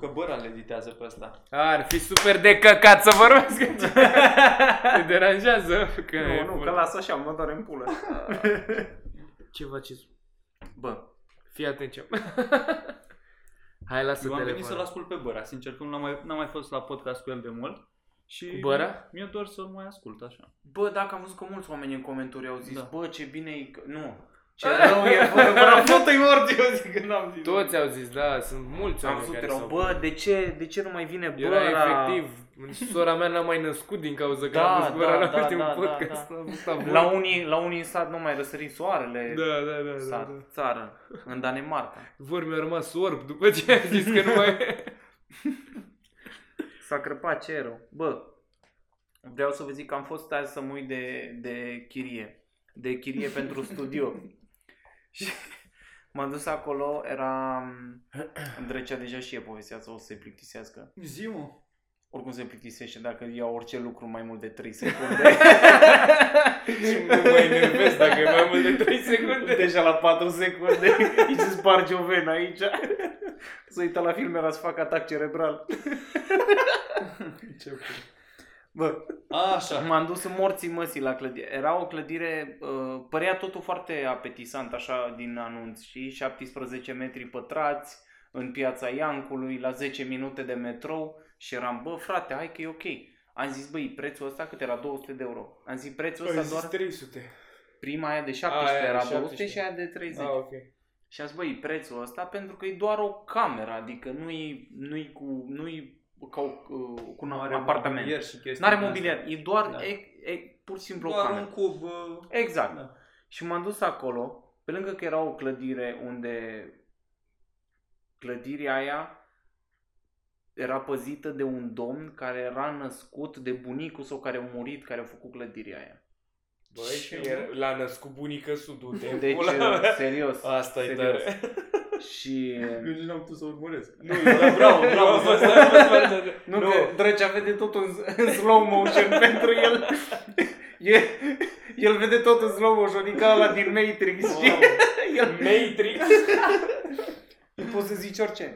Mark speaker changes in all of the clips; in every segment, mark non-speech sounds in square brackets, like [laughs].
Speaker 1: că Băra le editează pe ăsta.
Speaker 2: Ar fi super de căcat să vorbesc aici. [laughs] Te deranjează? Că e
Speaker 3: Nu, nu,
Speaker 2: mult.
Speaker 3: că las așa, mă doare în [laughs] pulă.
Speaker 2: Ce faceți?
Speaker 1: Bă,
Speaker 2: Fii atent ce... [laughs] Hai, lasă
Speaker 1: eu am venit
Speaker 2: telefonul.
Speaker 1: să-l ascult pe Băra, sincer, că n-am mai, n-am mai fost la podcast cu el de mult. Și
Speaker 2: Cu Băra?
Speaker 1: Mi-e dor să-l mai ascult așa.
Speaker 3: Bă, dacă am văzut că mulți oameni în comentarii au zis,
Speaker 1: Da.
Speaker 3: bă, ce bine e... că-" Nu. Ce [laughs] rău e vorba, tot e mort, eu zic că n-am zis.
Speaker 2: Toți au zis, da, sunt mulți
Speaker 3: am
Speaker 2: oameni
Speaker 3: văzut
Speaker 2: care
Speaker 3: erau,
Speaker 2: s-au
Speaker 3: bă, de ce, de ce nu mai vine bă?
Speaker 2: Era efectiv. Sora mea n-a mai născut din cauza că
Speaker 3: Da,
Speaker 2: am văzut
Speaker 3: da,
Speaker 2: da, la
Speaker 3: da,
Speaker 2: ultimul
Speaker 3: da,
Speaker 2: podcast.
Speaker 3: da,
Speaker 2: Am văzut avânt.
Speaker 3: La unii, la unii în sat nu mai răsări soarele.
Speaker 2: Da, da, da, da,
Speaker 3: Sat,
Speaker 2: da.
Speaker 3: țară, în Danemarca.
Speaker 2: Vor mi-a rămas orb după ce ai zis că nu mai...
Speaker 3: [laughs] S-a crăpat cerul. Bă, vreau să vă zic că am fost azi să mă uit de, de chirie. De chirie pentru studio.
Speaker 2: [laughs]
Speaker 3: Și m-am dus acolo, era... Drecea deja și e povestea asta, o să se plictisească.
Speaker 1: Zi, mă.
Speaker 3: Oricum se plictisește dacă iau orice lucru mai mult de
Speaker 2: [laughs]
Speaker 3: 3 secunde.
Speaker 2: Și mă mai enervez dacă e mai mult de 3 secunde.
Speaker 3: Deja la
Speaker 2: [laughs]
Speaker 3: 4 secunde îi se sparge o venă aici. [laughs] Să uita la film era să fac
Speaker 2: [laughs]
Speaker 3: atac cerebral. Bă,
Speaker 1: Așa.
Speaker 3: M-am dus în morții măsii la clădire. Era o clădire, uh, părea totul foarte apetisant așa din anunț, și 17 metri pătrați, în piața Iancului, la 10 minute de metrou și eram, bă frate, hai că e ok. Am zis, băi, prețul ăsta cât era? 200 de euro. Am zis, prețul ăsta doar
Speaker 2: 300.
Speaker 3: prima aia de 17
Speaker 2: Păi, Aia,
Speaker 3: era
Speaker 2: 17.
Speaker 3: 200 și aia de 30.
Speaker 2: Ah, ok.
Speaker 3: Și ați băi, prețul ăsta pentru că e doar o cameră, adică nu-i, nu-i cu, nu-i ca o, uh, cu un apartament.
Speaker 1: mobilier și chestii
Speaker 3: Nu are
Speaker 1: din
Speaker 3: mobiliar, e doar
Speaker 1: Da.
Speaker 3: e, e, pur și simplu
Speaker 1: astea.
Speaker 3: o
Speaker 1: Doar
Speaker 3: cameră.
Speaker 1: un cub. uh,
Speaker 3: Exact.
Speaker 1: Da.
Speaker 3: Și m-am dus acolo, pe lângă că era o clădire unde clădirea aia era păzită de un domn care era născut de bunicul sau care a murit, care a făcut clădirea aia.
Speaker 2: Băi, și
Speaker 1: Ce
Speaker 2: era- l-a născut bunica sudul de
Speaker 3: Deci, [laughs] serios.
Speaker 2: Asta e
Speaker 3: serios.
Speaker 2: tare.
Speaker 3: [laughs] Și...
Speaker 1: nici n-am putut să urmăresc.
Speaker 2: Nu, da,
Speaker 3: [laughs]
Speaker 2: bravo, bravo.
Speaker 1: Bravo,
Speaker 3: Nu, nu. că Drăgea vede totul în, în slow motion [laughs] pentru el. E, el vede tot în slow motion, e ca ăla din Matrix și el
Speaker 2: Matrix.
Speaker 3: poți să zici orice.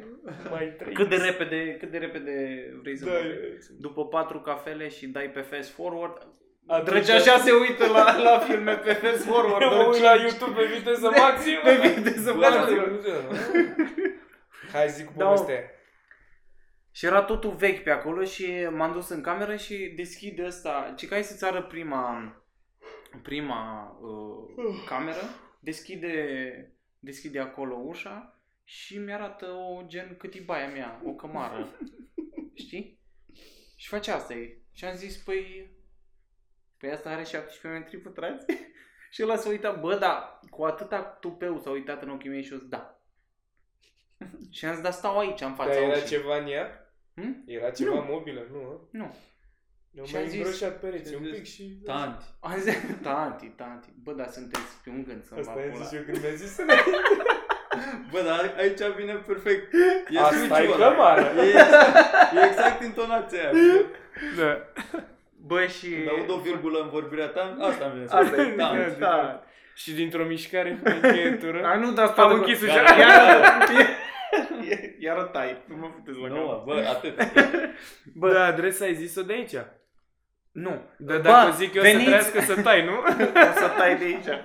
Speaker 2: Mai trei.
Speaker 3: Cât de repede, cât de repede vrei să
Speaker 2: Da,
Speaker 3: vorbești. după patru cafele și dai pe fast forward.
Speaker 2: Atunci-
Speaker 3: Drăgea așa se uită la, la filme pe fast forward.
Speaker 2: [laughs] Mă
Speaker 3: doar
Speaker 2: uit la
Speaker 3: cinci.
Speaker 2: YouTube pe viteză maximă.
Speaker 3: Pe viteză
Speaker 2: Doamne,
Speaker 3: maximă.
Speaker 2: Dumnezeu. Hai zic cu
Speaker 3: Da,
Speaker 2: povestea.
Speaker 3: Și era totul vechi pe acolo și m-am dus în cameră și deschid ăsta. Ce hai să-ți arăt prima, prima uh, cameră. Deschide, deschide acolo ușa și mi-arată o gen cât e baia mea, o cămară.
Speaker 2: [laughs]
Speaker 3: Știi? Și face asta ei. Și am zis, păi, păi asta are 17 metri pătrați? [laughs] și el s-a uitat, bă, da, cu atâta tupeu s-a uitat în ochii mei și eu zis, da. [laughs] și am zis, da, stau aici, în fața
Speaker 2: Dar era
Speaker 3: ușii.
Speaker 2: ceva în ea?
Speaker 3: Hmm?
Speaker 2: Era ceva
Speaker 3: Nu.
Speaker 2: mobilă, nu? hă?
Speaker 3: Nu.
Speaker 2: Ne-au
Speaker 3: Și
Speaker 2: mai
Speaker 3: am zis-
Speaker 2: îngroșat pereții
Speaker 1: și am
Speaker 2: un
Speaker 1: zis,
Speaker 2: pic și...
Speaker 1: Tanti.
Speaker 3: Am zis, [laughs] tanti, tanti. Bă, dar sunteți pe un gând să mă
Speaker 2: Asta
Speaker 3: pula.
Speaker 2: ai zis eu când mi-a zis
Speaker 3: [laughs]
Speaker 2: să
Speaker 1: Bă, dar aici vine perfect. E
Speaker 2: Asta e
Speaker 1: sugiul ăla.
Speaker 2: cămară.
Speaker 1: E, e exact intonația aia.
Speaker 2: Da.
Speaker 3: Bă, și...
Speaker 1: Când aud o virgulă în vorbirea ta, asta îmi vine să
Speaker 2: [laughs]
Speaker 3: Asta
Speaker 1: spun.
Speaker 3: e,
Speaker 1: Tanti.
Speaker 3: da, da.
Speaker 2: Și dintr-o mișcare cu încheietură
Speaker 3: A, nu, dar
Speaker 2: Am
Speaker 3: stau
Speaker 2: închis ușa
Speaker 1: Gata.
Speaker 3: Iar, [laughs] iar tai. Nu mă puteți la cap.
Speaker 1: Nu, bă, atât.
Speaker 2: Bă, da, adresa ai zis-o de aici
Speaker 3: Nu.
Speaker 2: Da, dacă
Speaker 3: Bă,
Speaker 2: zic eu
Speaker 3: veniți!
Speaker 2: să trăiască să tai,
Speaker 3: [laughs]
Speaker 2: nu?
Speaker 3: O să tai de aici.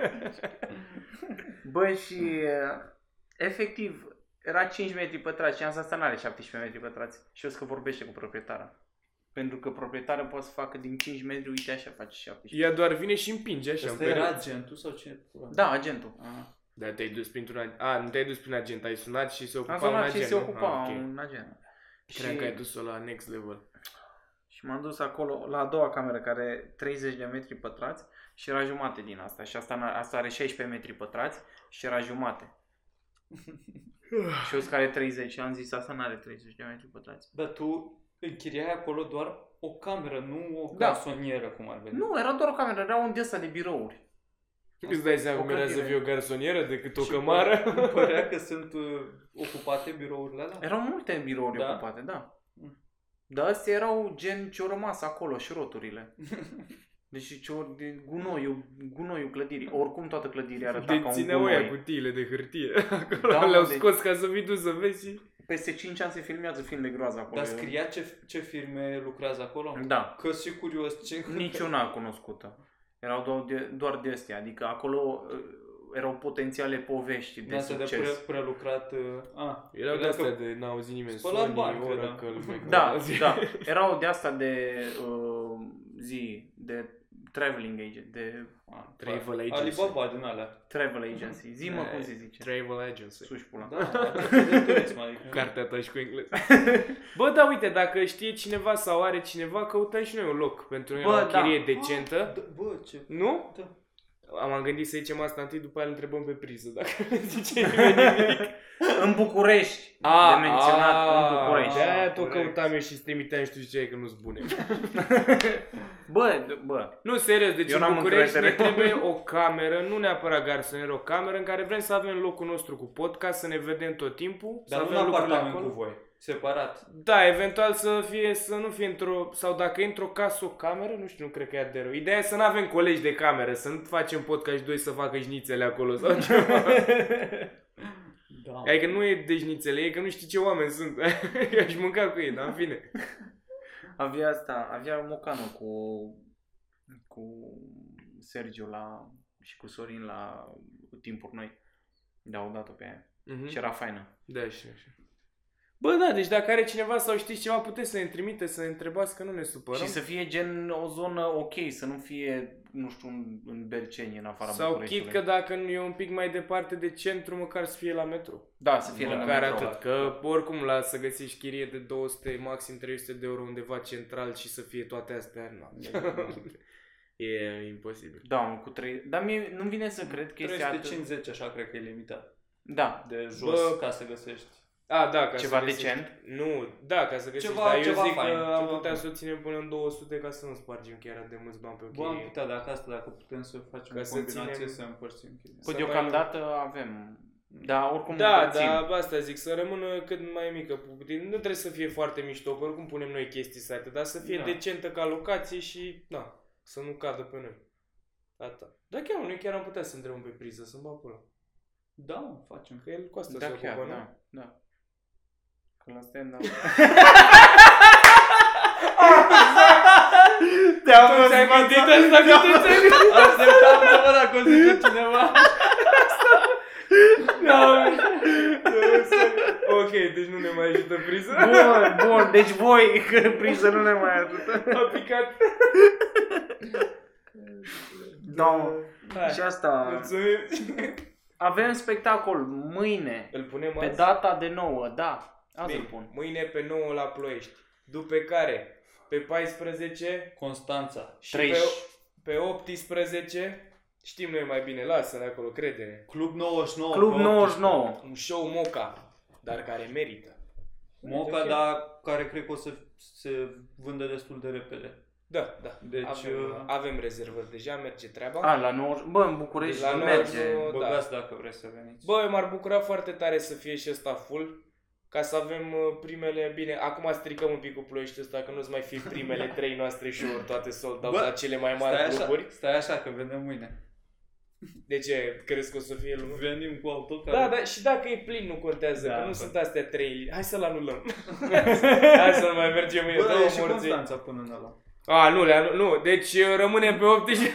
Speaker 3: [laughs] Bă, și... uh, Efectiv, era 5 metri pătrați și am zis asta n-are 17 metri pătrați. Și o să că vorbește cu proprietara. Pentru că proprietarea poate să facă din 5 metri, uite așa face 17.
Speaker 2: Ea doar vine și împinge
Speaker 4: Deci
Speaker 2: așa
Speaker 1: Asta
Speaker 2: în
Speaker 1: era
Speaker 2: perete.
Speaker 1: agentul sau ce?
Speaker 3: Da, agentul.
Speaker 2: Ah. Dar te-ai dus printr-un agent A, nu te-ai dus prin agent, ai sunat și se ocupa
Speaker 3: Am
Speaker 2: un
Speaker 3: sunat
Speaker 2: agent
Speaker 3: și se
Speaker 2: nu?
Speaker 3: ocupa
Speaker 2: Ah, ok.
Speaker 3: un agent.
Speaker 2: Cream că ai dus-o la next
Speaker 3: [sighs]
Speaker 2: level
Speaker 3: Și m-am dus acolo la a doua cameră care are 30 de metri pătrați și era jumate din asta. Și asta, n-a- asta are 16 metri pătrați și era jumate. și eu care are 30 și am zis asta nu are 30 de metri pătrați.
Speaker 1: Dar tu închiriai acolo doar o cameră, nu o
Speaker 3: Da.
Speaker 1: garsonieră, cum ar veni.
Speaker 3: Nu, era doar o cameră, era un desa de birouri.
Speaker 2: Îți dai seama
Speaker 3: O
Speaker 2: cum era să
Speaker 3: clădire.
Speaker 2: fie o garsonieră decât o
Speaker 1: Și
Speaker 2: cămară?
Speaker 1: pă- Îmi părea că sunt uh, ocupate birourile alea.
Speaker 3: Erau multe birouri
Speaker 1: Da.
Speaker 3: ocupate, da.
Speaker 1: Mm.
Speaker 3: Dar astea erau gen ce-au rămas acolo și
Speaker 4: [laughs]
Speaker 3: roturile. Deci ce din gunoiul, gunoiul clădirii. Oricum toată clădirea arăta ca un
Speaker 2: Dețineau
Speaker 3: gunoi.
Speaker 2: ea cutiile de hârtie [laughs] Acolo
Speaker 3: Da, mă,
Speaker 2: le-au
Speaker 3: deci-
Speaker 2: scos ca să vii tu să vezi și
Speaker 3: peste 5 ani se filmează film de groază acolo.
Speaker 4: Dar scria ce, ce firme lucrează acolo?
Speaker 3: Da.
Speaker 4: Că sunt și curios ce...
Speaker 3: Niciuna cunoscută. Erau doar de, doar de astea. Adică acolo uh, erau potențiale povești de
Speaker 4: De asta de
Speaker 3: succes.
Speaker 4: pre, prelucrat... uh, A,
Speaker 2: Erau de
Speaker 4: Credeam
Speaker 2: astea
Speaker 4: că-
Speaker 2: de n-a auzit nimeni
Speaker 4: Spălat
Speaker 2: Sony,
Speaker 4: bani,
Speaker 2: Oracle, [laughs]
Speaker 3: Da,
Speaker 2: McDonald's.
Speaker 3: da. Erau de asta de uh, zi, de traveling agent, de
Speaker 4: a,
Speaker 2: Travel
Speaker 4: bă,
Speaker 2: agency.
Speaker 4: Alibaba din alea.
Speaker 3: travel agency. Zi mă
Speaker 2: Eh,
Speaker 3: cum se zice.
Speaker 2: Travel agency.
Speaker 3: Suși pula.
Speaker 4: Da, de turism, adică...
Speaker 2: Cartea ta și cu
Speaker 3: [laughs]
Speaker 2: engleză. Bă, da, uite, dacă știe cineva sau are cineva, căutăm și noi un loc pentru
Speaker 3: Bă,
Speaker 2: Bă, o
Speaker 3: da.
Speaker 2: chirie decentă.
Speaker 4: Da, Bă, ce...
Speaker 2: Nu?
Speaker 4: Da.
Speaker 2: Am gândit să zicem asta întâi, după aia îl întrebăm pe priză, dacă [laughs] ne
Speaker 3: [laughs]
Speaker 2: zice nimeni nimic.
Speaker 3: În București.
Speaker 2: A,
Speaker 3: de menționat
Speaker 2: a,
Speaker 3: în București.
Speaker 2: Ah, De-aia tot
Speaker 4: Corect.
Speaker 2: căutam eu și îți trimiteam și tu ziceai că nu-s bune. [laughs]
Speaker 3: Bă, d- bă.
Speaker 2: nu, serios, deci
Speaker 3: Eu
Speaker 2: în
Speaker 3: n-am
Speaker 2: București ne
Speaker 3: încredere.
Speaker 2: trebuie o cameră, nu neapărat garsonieră, o cameră în care vrem să avem locul nostru cu podcast, să ne vedem tot timpul, să
Speaker 4: Dar nu
Speaker 2: avem
Speaker 4: în
Speaker 2: lucrurile
Speaker 4: apartament cu
Speaker 2: acolo.
Speaker 4: voi. Separat.
Speaker 2: Da, eventual să fie, să nu fie într-o, sau dacă e într-o casă o cameră, nu știu, nu cred că e de rău. Ideea e să nu avem colegi de cameră, să nu facem podcast și doi să facă jnițele acolo
Speaker 3: [laughs]
Speaker 2: sau ceva.
Speaker 4: Da.
Speaker 2: Adică nu e de jnițele, e că nu știi ce oameni sunt. [laughs] Eu aș mânca cu ei, dar în fine.
Speaker 3: Avea asta, avea Mocanu cu, cu Sergiu la, și cu Sorin la timpuri noi. Da, o dată pe aia.
Speaker 2: Mhm.
Speaker 3: Și era faină.
Speaker 2: Da, și așa. Bă, da, deci dacă are cineva sau știți ceva, puteți să ne trimite, să ne întrebați că nu ne supărăm.
Speaker 3: Și să fie gen o zonă ok, să nu fie, nu știu, în, în Berceni, în afara
Speaker 2: sau chit
Speaker 3: Bucureștiului.
Speaker 2: că dacă nu e un pic mai departe de centru, măcar să fie la metro.
Speaker 3: Da, să fie la
Speaker 2: Măcar
Speaker 3: metro.
Speaker 2: atât, că oricum la să găsești chirie de 200, maxim 300 de euro undeva central și să fie toate astea, nu. e imposibil.
Speaker 3: [laughs] Da, mă, cu trei... Dar mie nu vine să cred că este atât...
Speaker 4: 350 așa cred că e limitat.
Speaker 3: Da,
Speaker 4: De jos
Speaker 2: Bă.
Speaker 4: ca să găsești.
Speaker 2: A, da, ca
Speaker 3: ceva
Speaker 2: să găsești-
Speaker 3: decent.
Speaker 2: Nu, da, ca să găsești,
Speaker 4: Ceva-
Speaker 2: dar eu
Speaker 4: ceva
Speaker 2: zic
Speaker 4: fain,
Speaker 2: că am
Speaker 4: ceva
Speaker 2: putea
Speaker 4: fain.
Speaker 2: să o ținem până în 200 ca să nu spargem chiar atât de mulți bani pe o
Speaker 4: Bă, am
Speaker 2: chirie.
Speaker 4: putea dacă asta, dacă putem să facem
Speaker 2: Ca
Speaker 4: o
Speaker 2: să
Speaker 4: combinație,
Speaker 2: ținem-
Speaker 4: să împărțim chiria.
Speaker 3: Păi
Speaker 2: Să
Speaker 3: deocamdată avem... Da, oricum
Speaker 2: Da,
Speaker 3: împărțim.
Speaker 2: da, asta zic, să rămână cât mai mică cu putin. Nu trebuie să fie foarte mișto, că oricum punem noi chestii sate, dar să fie
Speaker 4: Da.
Speaker 2: decentă ca locație și, da, să nu cadă pe noi. Gata. Da, chiar, noi chiar am putea să întrebăm pe priză, să-mi bag pula.
Speaker 4: Da, mă, [laughs] facem.
Speaker 2: Că el cu asta se
Speaker 3: Da,
Speaker 2: ocupă,
Speaker 3: chiar,
Speaker 2: nu? [laughs]
Speaker 3: da, da. Că la stand da. up.
Speaker 2: Te-am da. ți-ai gândit asta, că te ți-ai gândit?
Speaker 4: Așteptam să văd dacă o zice [laughs] cineva.
Speaker 2: Da, Ok, deci nu ne mai ajută priză.
Speaker 3: Bun, bun, deci voi, că priză nu ne mai ajută.
Speaker 2: [laughs] A picat.
Speaker 3: Da, mă.
Speaker 2: Hai,
Speaker 3: și asta.
Speaker 2: Mulțumim.
Speaker 3: Avem spectacol mâine,
Speaker 2: Îl punem
Speaker 3: pe
Speaker 2: azi?
Speaker 3: data de 9, da. Azi
Speaker 2: Bine,
Speaker 3: îl pun.
Speaker 2: Mâine pe 9 la Ploiești. După care, pe 14
Speaker 4: Constanța.
Speaker 2: și
Speaker 3: 30.
Speaker 2: Pe, pe 18, știm noi mai bine, lasă-ne acolo, crede-ne.
Speaker 4: Club 99.
Speaker 3: Club
Speaker 4: pe
Speaker 3: 99.
Speaker 2: Un show moca, dar care merită.
Speaker 4: 18. Moca, dar care cred că o să se vândă destul de repede.
Speaker 2: Da, da.
Speaker 4: Deci,
Speaker 2: avem,
Speaker 4: uh,
Speaker 2: avem rezervări deja, merge treaba.
Speaker 3: A, la 9, bă, în București
Speaker 2: La 9,
Speaker 3: merge.
Speaker 2: da.
Speaker 4: Băgați dacă vreți să veniți.
Speaker 2: Bă, eu m-ar bucura foarte tare să fie și ăsta full, ca să avem uh, primele, bine, acum stricăm un pic cu ploiești ăsta, că nu-ți mai fi
Speaker 4: [laughs]
Speaker 2: primele trei noastre show-uri toate sold out
Speaker 4: Bă,
Speaker 2: la cele mai
Speaker 4: stai
Speaker 2: mari
Speaker 4: așa,
Speaker 2: cluburi.
Speaker 4: stai așa că vedem mâine.
Speaker 2: De ce? Crezi că o să fie lume?
Speaker 4: Venim cu autocar.
Speaker 2: Da, da, și dacă e plin nu contează,
Speaker 4: Da,
Speaker 2: că nu
Speaker 4: bă.
Speaker 2: sunt astea trei. Hai să-l
Speaker 4: [laughs]
Speaker 2: anulăm. Hai să nu mai mergem mâine,
Speaker 4: Bă, dar e și
Speaker 2: două morții.
Speaker 4: Constanța până în ăla.
Speaker 2: A, nu, le anu- nu, deci uh, rămânem
Speaker 4: [laughs]
Speaker 2: pe 18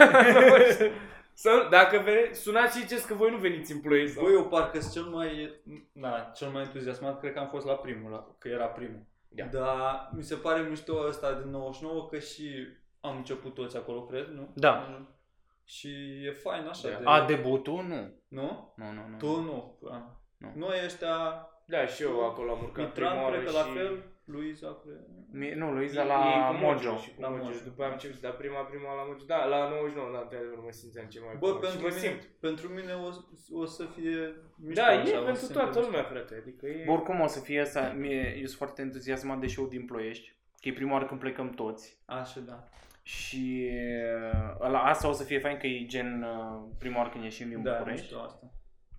Speaker 2: Să, dacă vene, sunați și ziceți că voi nu veniți în ploiești. da?
Speaker 4: Bă, Da. eu parcă sunt cel mai, na, cel mai entuziasmat, cred că am fost la primul, la, că era primul.
Speaker 2: Ia.
Speaker 4: Dar mi se pare mișto ăsta din 99 că și am început toți acolo, cred, nu?
Speaker 3: Da.
Speaker 4: Și e fain așa
Speaker 2: Da.
Speaker 4: de...
Speaker 3: A, debutul? Nu.
Speaker 4: Nu?
Speaker 3: Nu, nu, nu.
Speaker 4: Tu nu. A.
Speaker 3: Nu.
Speaker 4: Noi ăștia,
Speaker 2: Da, și eu acolo am urcat prima
Speaker 4: Mitran
Speaker 2: oară
Speaker 4: cred că la
Speaker 2: și-
Speaker 4: fel, Luiza cred...
Speaker 3: Mi- Nu, Luiza
Speaker 2: Ei,
Speaker 3: la
Speaker 2: cu
Speaker 3: Mojo.
Speaker 2: Și cu
Speaker 4: La
Speaker 2: Mojo.
Speaker 4: Mojo.
Speaker 2: Și după aia am început, dar prima, prima la Mojo. Da, la 99, da, într-adevăr mă simțeam ce mai
Speaker 4: Bă,
Speaker 2: bun. Și
Speaker 4: pentru
Speaker 2: mă simt.
Speaker 4: mine, pentru mine o, o să fie mișto
Speaker 2: Da,
Speaker 4: așa, o
Speaker 2: e
Speaker 4: să
Speaker 2: pentru
Speaker 4: se
Speaker 2: toată
Speaker 4: întâmple.
Speaker 2: lumea, frate. Adică e...
Speaker 3: Bă, Oricum o să fie asta, mie, eu sunt foarte entuziasmat de show din Ploiești, că e prima oară când plecăm toți.
Speaker 4: Așa, da.
Speaker 3: Și la asta o să fie fain că e gen uh, prima oară când ieșim din
Speaker 4: Da, e
Speaker 3: București.
Speaker 4: mișto asta.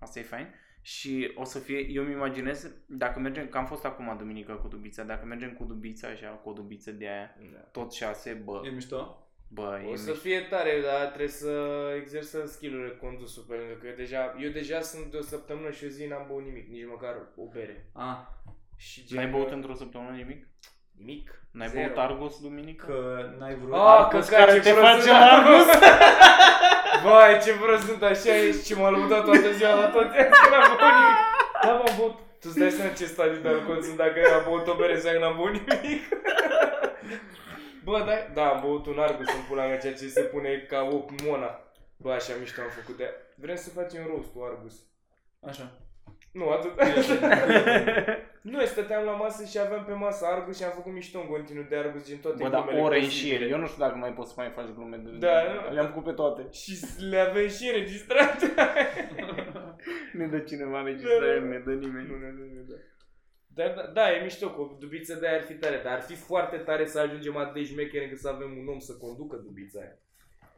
Speaker 3: Asta e fain. Și o să fie, eu îmi imaginez, dacă mergem, că am fost acum duminică cu Dubița, dacă mergem cu Dubița așa, cu o Dubiță de aia,
Speaker 2: Da.
Speaker 3: tot șase, bă,
Speaker 4: E mișto?
Speaker 3: bă, e
Speaker 2: O să
Speaker 3: mișto.
Speaker 2: fie tare, dar trebuie să exersăm skill-urile condusul pe lângă, că eu deja, eu deja sunt de o săptămână și o zi n-am băut nimic, nici măcar o bere.
Speaker 4: A,
Speaker 2: Și
Speaker 3: N-ai băut într-o săptămână nimic?
Speaker 2: Mic.
Speaker 3: N-ai
Speaker 2: Zero.
Speaker 3: băut Argos duminică?
Speaker 4: Că n-ai vrut.
Speaker 2: Ah,
Speaker 3: Argos
Speaker 2: căcat, ce
Speaker 3: care te
Speaker 2: prost
Speaker 3: face
Speaker 2: sunt.
Speaker 3: Argos?
Speaker 2: [laughs] Vai, ce prost sunt așa ești și m-a lăudat toată ziua la [laughs] toate că n-am băut nimic. Da, m-am băut. Tu îți dai seama ce stadiu de alcool sunt dacă am băut o bere înseamnă că n-am băut nimic. [laughs] Bă, da, da, am băut un argus în pula mea, ceea ce se pune ca o mona. Bă, așa mișto am făcut de Vrem să facem rost o argus.
Speaker 4: Așa.
Speaker 2: Nu, atât. [laughs] Noi stăteam la masă și aveam pe masă argus și am făcut mișto în continuu de argus din toate
Speaker 3: Bă, da,
Speaker 2: glumele
Speaker 3: ore în
Speaker 2: posibile.
Speaker 3: șir. Eu nu știu dacă mai poți să mai faci glume de...
Speaker 2: Da,
Speaker 3: Le-am făcut pe toate.
Speaker 2: Și le avem și înregistrate. [laughs]
Speaker 3: Ne dă cineva
Speaker 2: înregistrări,
Speaker 3: ne dă
Speaker 2: Nu,
Speaker 3: nimeni.
Speaker 2: nu, nu, nu, da. Dar, da, da, e mișto, cu o dubiță de aia ar fi tare, dar ar fi foarte tare să ajungem atât de șmecheri încât să avem un om să conducă dubița aia.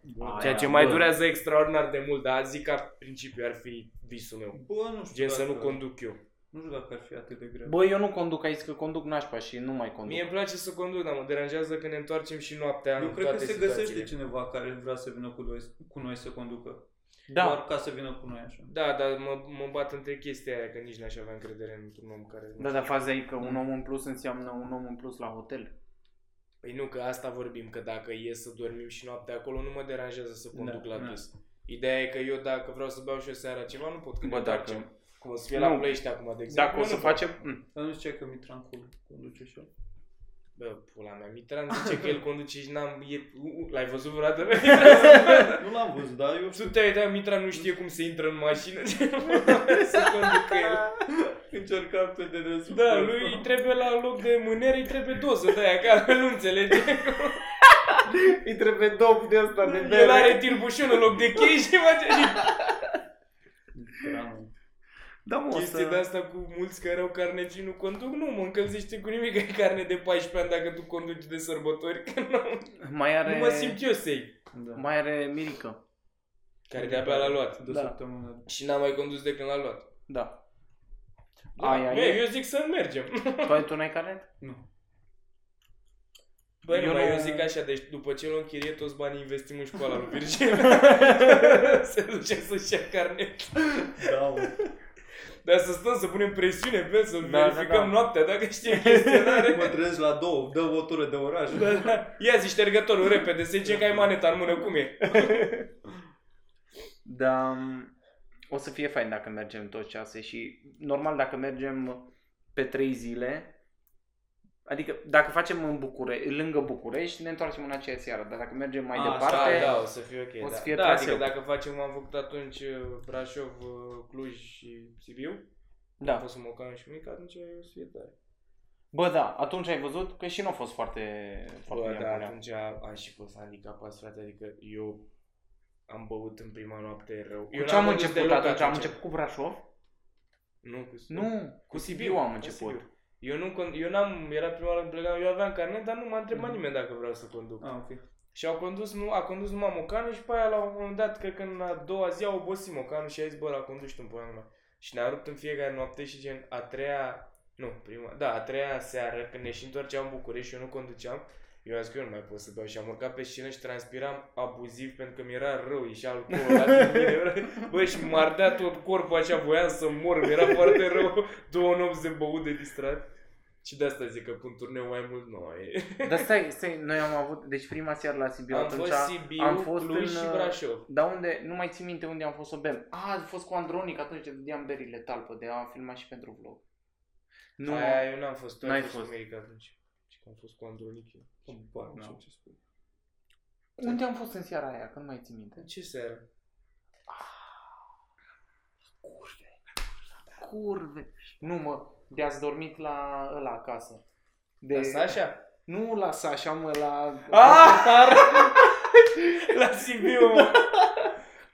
Speaker 4: Da.
Speaker 2: Ceea ce mai durează extraordinar de mult, dar zic ca principiu ar fi visul meu.
Speaker 4: [laughs] Bă, nu știu
Speaker 2: Gen să
Speaker 4: dacă-
Speaker 2: nu conduc eu.
Speaker 4: Nu știu dacă ar fi atât de greu.
Speaker 3: Bă, eu nu conduc aici, că conduc nașpa și nu mai conduc.
Speaker 2: Mie îmi place să conduc, dar mă deranjează când ne întoarcem și noaptea
Speaker 4: Eu
Speaker 2: în
Speaker 4: cred că
Speaker 2: toate
Speaker 4: se
Speaker 2: situațiile.
Speaker 4: găsește cineva care vrea să vină cu noi, cu noi să conducă.
Speaker 3: Da,
Speaker 4: Doar ca să vină cu noi așa.
Speaker 2: Da, dar mă, mă bat între chestia aia, că nici n-aș avea încredere într-un om care...
Speaker 3: da, dar faza e că un om în plus înseamnă un om în plus la hotel.
Speaker 2: Păi nu, că asta vorbim, că dacă e să dormim și noaptea acolo, nu mă deranjează să conduc
Speaker 4: Da,
Speaker 2: la
Speaker 4: da.
Speaker 2: dus. Ideea e că eu dacă vreau să beau și o seara ceva, nu pot când
Speaker 3: Bă,
Speaker 2: ne
Speaker 3: dacă-
Speaker 2: întoarcem. Cum o să fie la
Speaker 3: Nu.
Speaker 2: Ploiești acum, de exemplu.
Speaker 3: Dacă o
Speaker 2: eu
Speaker 3: să
Speaker 2: Exact, nu pot.
Speaker 3: facem... [laughs] Mm.
Speaker 4: Dar nu știu ce că Mitran cu conduce și el.
Speaker 2: Bă, pula mea, Mitran zice că el conduce și n-am... E... u- u- L-ai văzut vreodată
Speaker 3: [laughs]
Speaker 2: pe Mitran?
Speaker 4: [laughs] Nu l-am văzut, dar [laughs] eu știu.
Speaker 2: Tu te-ai dat, Mitran nu știe cum se intră în
Speaker 3: [laughs]
Speaker 2: mașină. să conducă el.
Speaker 4: Încerca pe de desubt.
Speaker 2: Da, lui îi trebuie la loc de mânere, îi trebuie doză de aia, că nu înțelege.
Speaker 3: Îi trebuie dop de asta de
Speaker 2: El are tirbușon în loc de chei și face... și
Speaker 4: Mitran.
Speaker 3: Da, mă, o
Speaker 2: chestii de
Speaker 3: să...
Speaker 2: asta cu mulți care au carne și nu conduc, nu mă încălzește cu nimic, ai carne de 14 ani dacă tu conduci de sărbători, că nu,
Speaker 3: Mai are...
Speaker 2: nu mă simt eu sei,
Speaker 4: Da.
Speaker 3: Mai are Mirica.
Speaker 2: care de-abia l-a luat.
Speaker 4: De
Speaker 3: Da.
Speaker 4: săptămână.
Speaker 2: Și n-am mai condus de când l-a luat.
Speaker 3: Da.
Speaker 2: Da,
Speaker 3: Aia
Speaker 2: bă,
Speaker 3: e.
Speaker 2: eu zic să mergem.
Speaker 3: Tu, tu n-ai carnet?
Speaker 2: Bă,
Speaker 3: Eu
Speaker 2: eu, mai,
Speaker 3: nu-
Speaker 2: eu zic așa, deci după ce l-o închirie, toți banii investim în școala lui Virgil.
Speaker 3: [laughs]
Speaker 2: se duce să-și ia carnet.
Speaker 4: Da, [laughs] mă.
Speaker 2: Dar să stăm, să punem presiune pe el, să
Speaker 3: Da,
Speaker 2: da,
Speaker 3: da,
Speaker 2: verificăm
Speaker 3: da.
Speaker 2: noaptea dacă știe
Speaker 3: [laughs]
Speaker 2: chestionare.
Speaker 4: Mă trezesc la două, dă o tură de oraș.
Speaker 2: Da, da. Ia zi ștergătorul repede, să zicem că ai maneta în mână, cum e?
Speaker 3: Da. m, O să fie fain dacă mergem toți șase și normal dacă mergem pe trei zile, adică dacă facem în Bucure- lângă București, ne întoarcem în aceea seară, dar dacă mergem mai
Speaker 4: A,
Speaker 3: departe,
Speaker 2: Da, da, o să fie ok.
Speaker 3: o să
Speaker 2: da.
Speaker 3: fie
Speaker 2: da,
Speaker 3: traseu.
Speaker 2: adică dacă facem cum am făcut atunci uh, Brașov, uh, Cluj și Sibiu, am
Speaker 3: da.
Speaker 2: fost în Mocan și Mica, atunci o să fie tare.
Speaker 3: Bă, da, atunci ai văzut că și nu a fost foarte, foarte
Speaker 2: Bă, da,
Speaker 3: nebunea.
Speaker 2: atunci am și fost handicapat, frate, adică eu am băut în prima noapte rău.
Speaker 3: Cu ce am început atunci? Am început cu Brașov?
Speaker 2: Nu, cu
Speaker 3: Nu, cu Sibiu am început.
Speaker 2: Sibiu. Eu nu, con- eu n-am, era prima oară când plecam, eu aveam carnet, dar nu m-a întrebat
Speaker 3: Mm.
Speaker 2: nimeni dacă vreau să conduc.
Speaker 4: Ah, ok.
Speaker 2: Și au condus, nu, a condus numai Mocanu și pe aia la un moment dat, cred că în a doua zi a obosit Mocanu și a zis, bă, la condus tu în pula mea. Și ne-a rupt în fiecare noapte și gen, a treia, nu, prima, da, a treia seară, când ne și întorceam în București și eu nu conduceam, eu am zis că eu nu mai pot să beau și am urcat pe scenă și transpiram abuziv pentru că mi-era rău, ieșea alcool la mine, bă, și m ardea tot corpul așa, voiam să mor, mi-era foarte rău, două nopți de băut de distrat. Și de asta zic că pun turneu mai mult noi.
Speaker 3: Dar stai, stai, noi am avut, deci prima seară la Sibiu,
Speaker 2: am
Speaker 3: atunci
Speaker 2: fost Sibiu,
Speaker 3: am fost
Speaker 2: Cluj
Speaker 3: în,
Speaker 2: și
Speaker 3: uh,
Speaker 2: Brașov.
Speaker 3: Dar unde, nu mai țin minte unde am fost să bem. A, a fost cu Andronic atunci, te dădeam berile talpă, de am filmat și pentru vlog. Nu,
Speaker 2: Aia, eu n-am fost, tu
Speaker 3: n-ai
Speaker 2: ai fost,
Speaker 3: fost.
Speaker 2: fost. America atunci. Și că am fost cu Androniche.
Speaker 4: Habar n-am ce spui.
Speaker 3: unde am fost în seara aia, că nu mai țin minte.
Speaker 2: În ce seară?
Speaker 3: Curve. Nu mă, de ați dormit la ăla acasă. De...
Speaker 2: La Sasha?
Speaker 3: Nu la Sasha, mă, la...
Speaker 2: Ah! [laughs] la Sibiu, mă.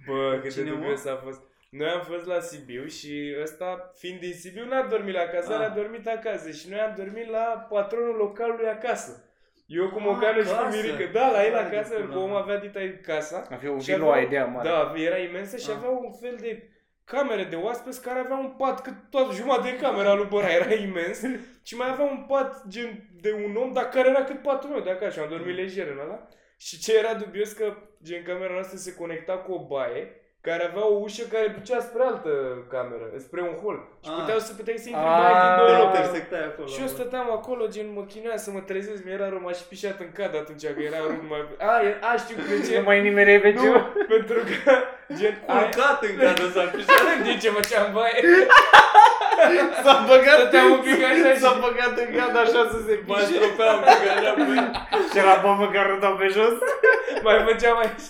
Speaker 2: Bă, cât
Speaker 4: Cine,
Speaker 2: de
Speaker 4: mă?
Speaker 2: dubios a fost. Noi am fost la Sibiu și ăsta, fiind din Sibiu, n-a dormit la casă,
Speaker 4: Ah.
Speaker 2: a dormit acasă. Și noi am dormit la patronul localului acasă. Eu cu Mocanu și cu
Speaker 4: acasă.
Speaker 2: Mirica, da, la el
Speaker 4: Hai de
Speaker 2: acasă,
Speaker 4: pula
Speaker 2: că om
Speaker 4: mea.
Speaker 2: avea dita casa.
Speaker 3: A fi o
Speaker 2: Și
Speaker 3: viloa
Speaker 2: aveau-
Speaker 3: ideea mare.
Speaker 2: Da, era imensă și
Speaker 4: Ah.
Speaker 2: avea un fel de camere de oaspeți care avea un pat cât toată jumătate de camera lui Băra
Speaker 3: [laughs]
Speaker 2: era imens și mai avea un pat gen de un om, dar care era cât patul meu de acasă și
Speaker 3: Mm.
Speaker 2: am dormit lejer în ăla. Și ce era dubios că gen camera noastră se conecta cu o baie care avea o ușă care ducea spre altă cameră, spre un hol. Și
Speaker 4: Ah.
Speaker 2: puteau să puteai să intri
Speaker 3: Ah.
Speaker 2: numai din
Speaker 4: Două
Speaker 2: două
Speaker 4: locuri
Speaker 2: locuri.
Speaker 4: sectai acolo.
Speaker 2: Și eu stăteam acolo, gen, mă chinuia să mă trezesc, mi-era rău, m-aș pișat în cad atunci, că era rău, mai... A, e- a, știu de
Speaker 3: Nu
Speaker 2: ce,
Speaker 3: mai nimerei pe
Speaker 2: nu,
Speaker 3: ce?
Speaker 2: pentru că, gen, ai...
Speaker 4: Culcat în cadă s-a
Speaker 2: [laughs]
Speaker 4: pișat.
Speaker 2: De ce făceam baie?
Speaker 3: S-a băgat,
Speaker 2: Stăteam un pic așa și-
Speaker 3: s-a băgat în gard așa să se
Speaker 4: Mă
Speaker 3: pișe.
Speaker 4: stropeam pe care am
Speaker 3: Și era bă care dau pe jos.
Speaker 2: Mai făceam aici.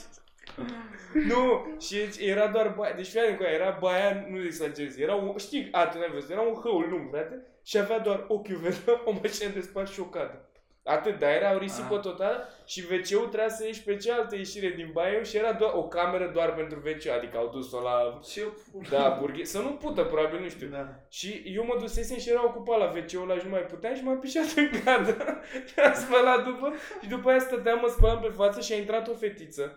Speaker 2: Nu, și deci era doar baia, deci fii cu aia, era baia, nu exagerez, era un, știi, a, tu n-ai văzut, era un hăul lung, frate, și avea doar o [laughs] chiuvetă, o mașină de spart și o cadă. Atât, dar era o risipă
Speaker 4: Ah.
Speaker 2: totală și WC-ul trebuia să ieși pe cealaltă ieșire din baie și era doar o cameră doar pentru WC, adică au dus-o la,
Speaker 4: Și eu...
Speaker 2: da, burghe, să nu pută, probabil, nu știu.
Speaker 4: Da.
Speaker 2: Și eu mă dusesem și era ocupat la WC-ul ăla și nu mai puteam și m-am pișat în cadă. [laughs] Am spălat după și după aia stăteam, mă spălam pe față și a intrat o fetiță.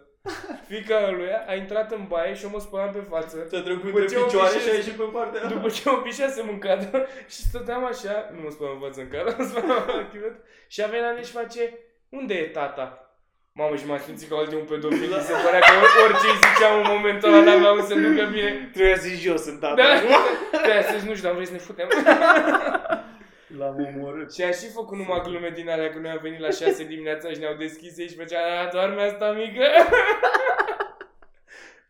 Speaker 2: Fica lui a intrat în baie și eu mă spălam pe față.
Speaker 4: Ți-a trecut
Speaker 2: După ce
Speaker 4: între
Speaker 2: o
Speaker 4: picioare
Speaker 2: fișez-
Speaker 4: și a ieșit pe partea aia.
Speaker 2: După ce mă pișasem în cadă și stăteam așa, nu mă spălam pe față în cadă, [laughs] mă spălam la chiuvetă și a venit la mine și face, unde e tata? Mamă, și m-am simțit ca ultimul pedofil, mi se părea că orice îi ziceam în momentul ăla n-avea unde să ducă bine.
Speaker 3: Trebuia să zici eu sunt tata.
Speaker 2: Da, da, să nu știu, am vrut să ne futem.
Speaker 4: L-am omorât.
Speaker 2: Și a și făcut numai glume din alea că noi am venit la 6 dimineața și ne-au deschis ei și făcea, "A, doarme asta mică. [laughs]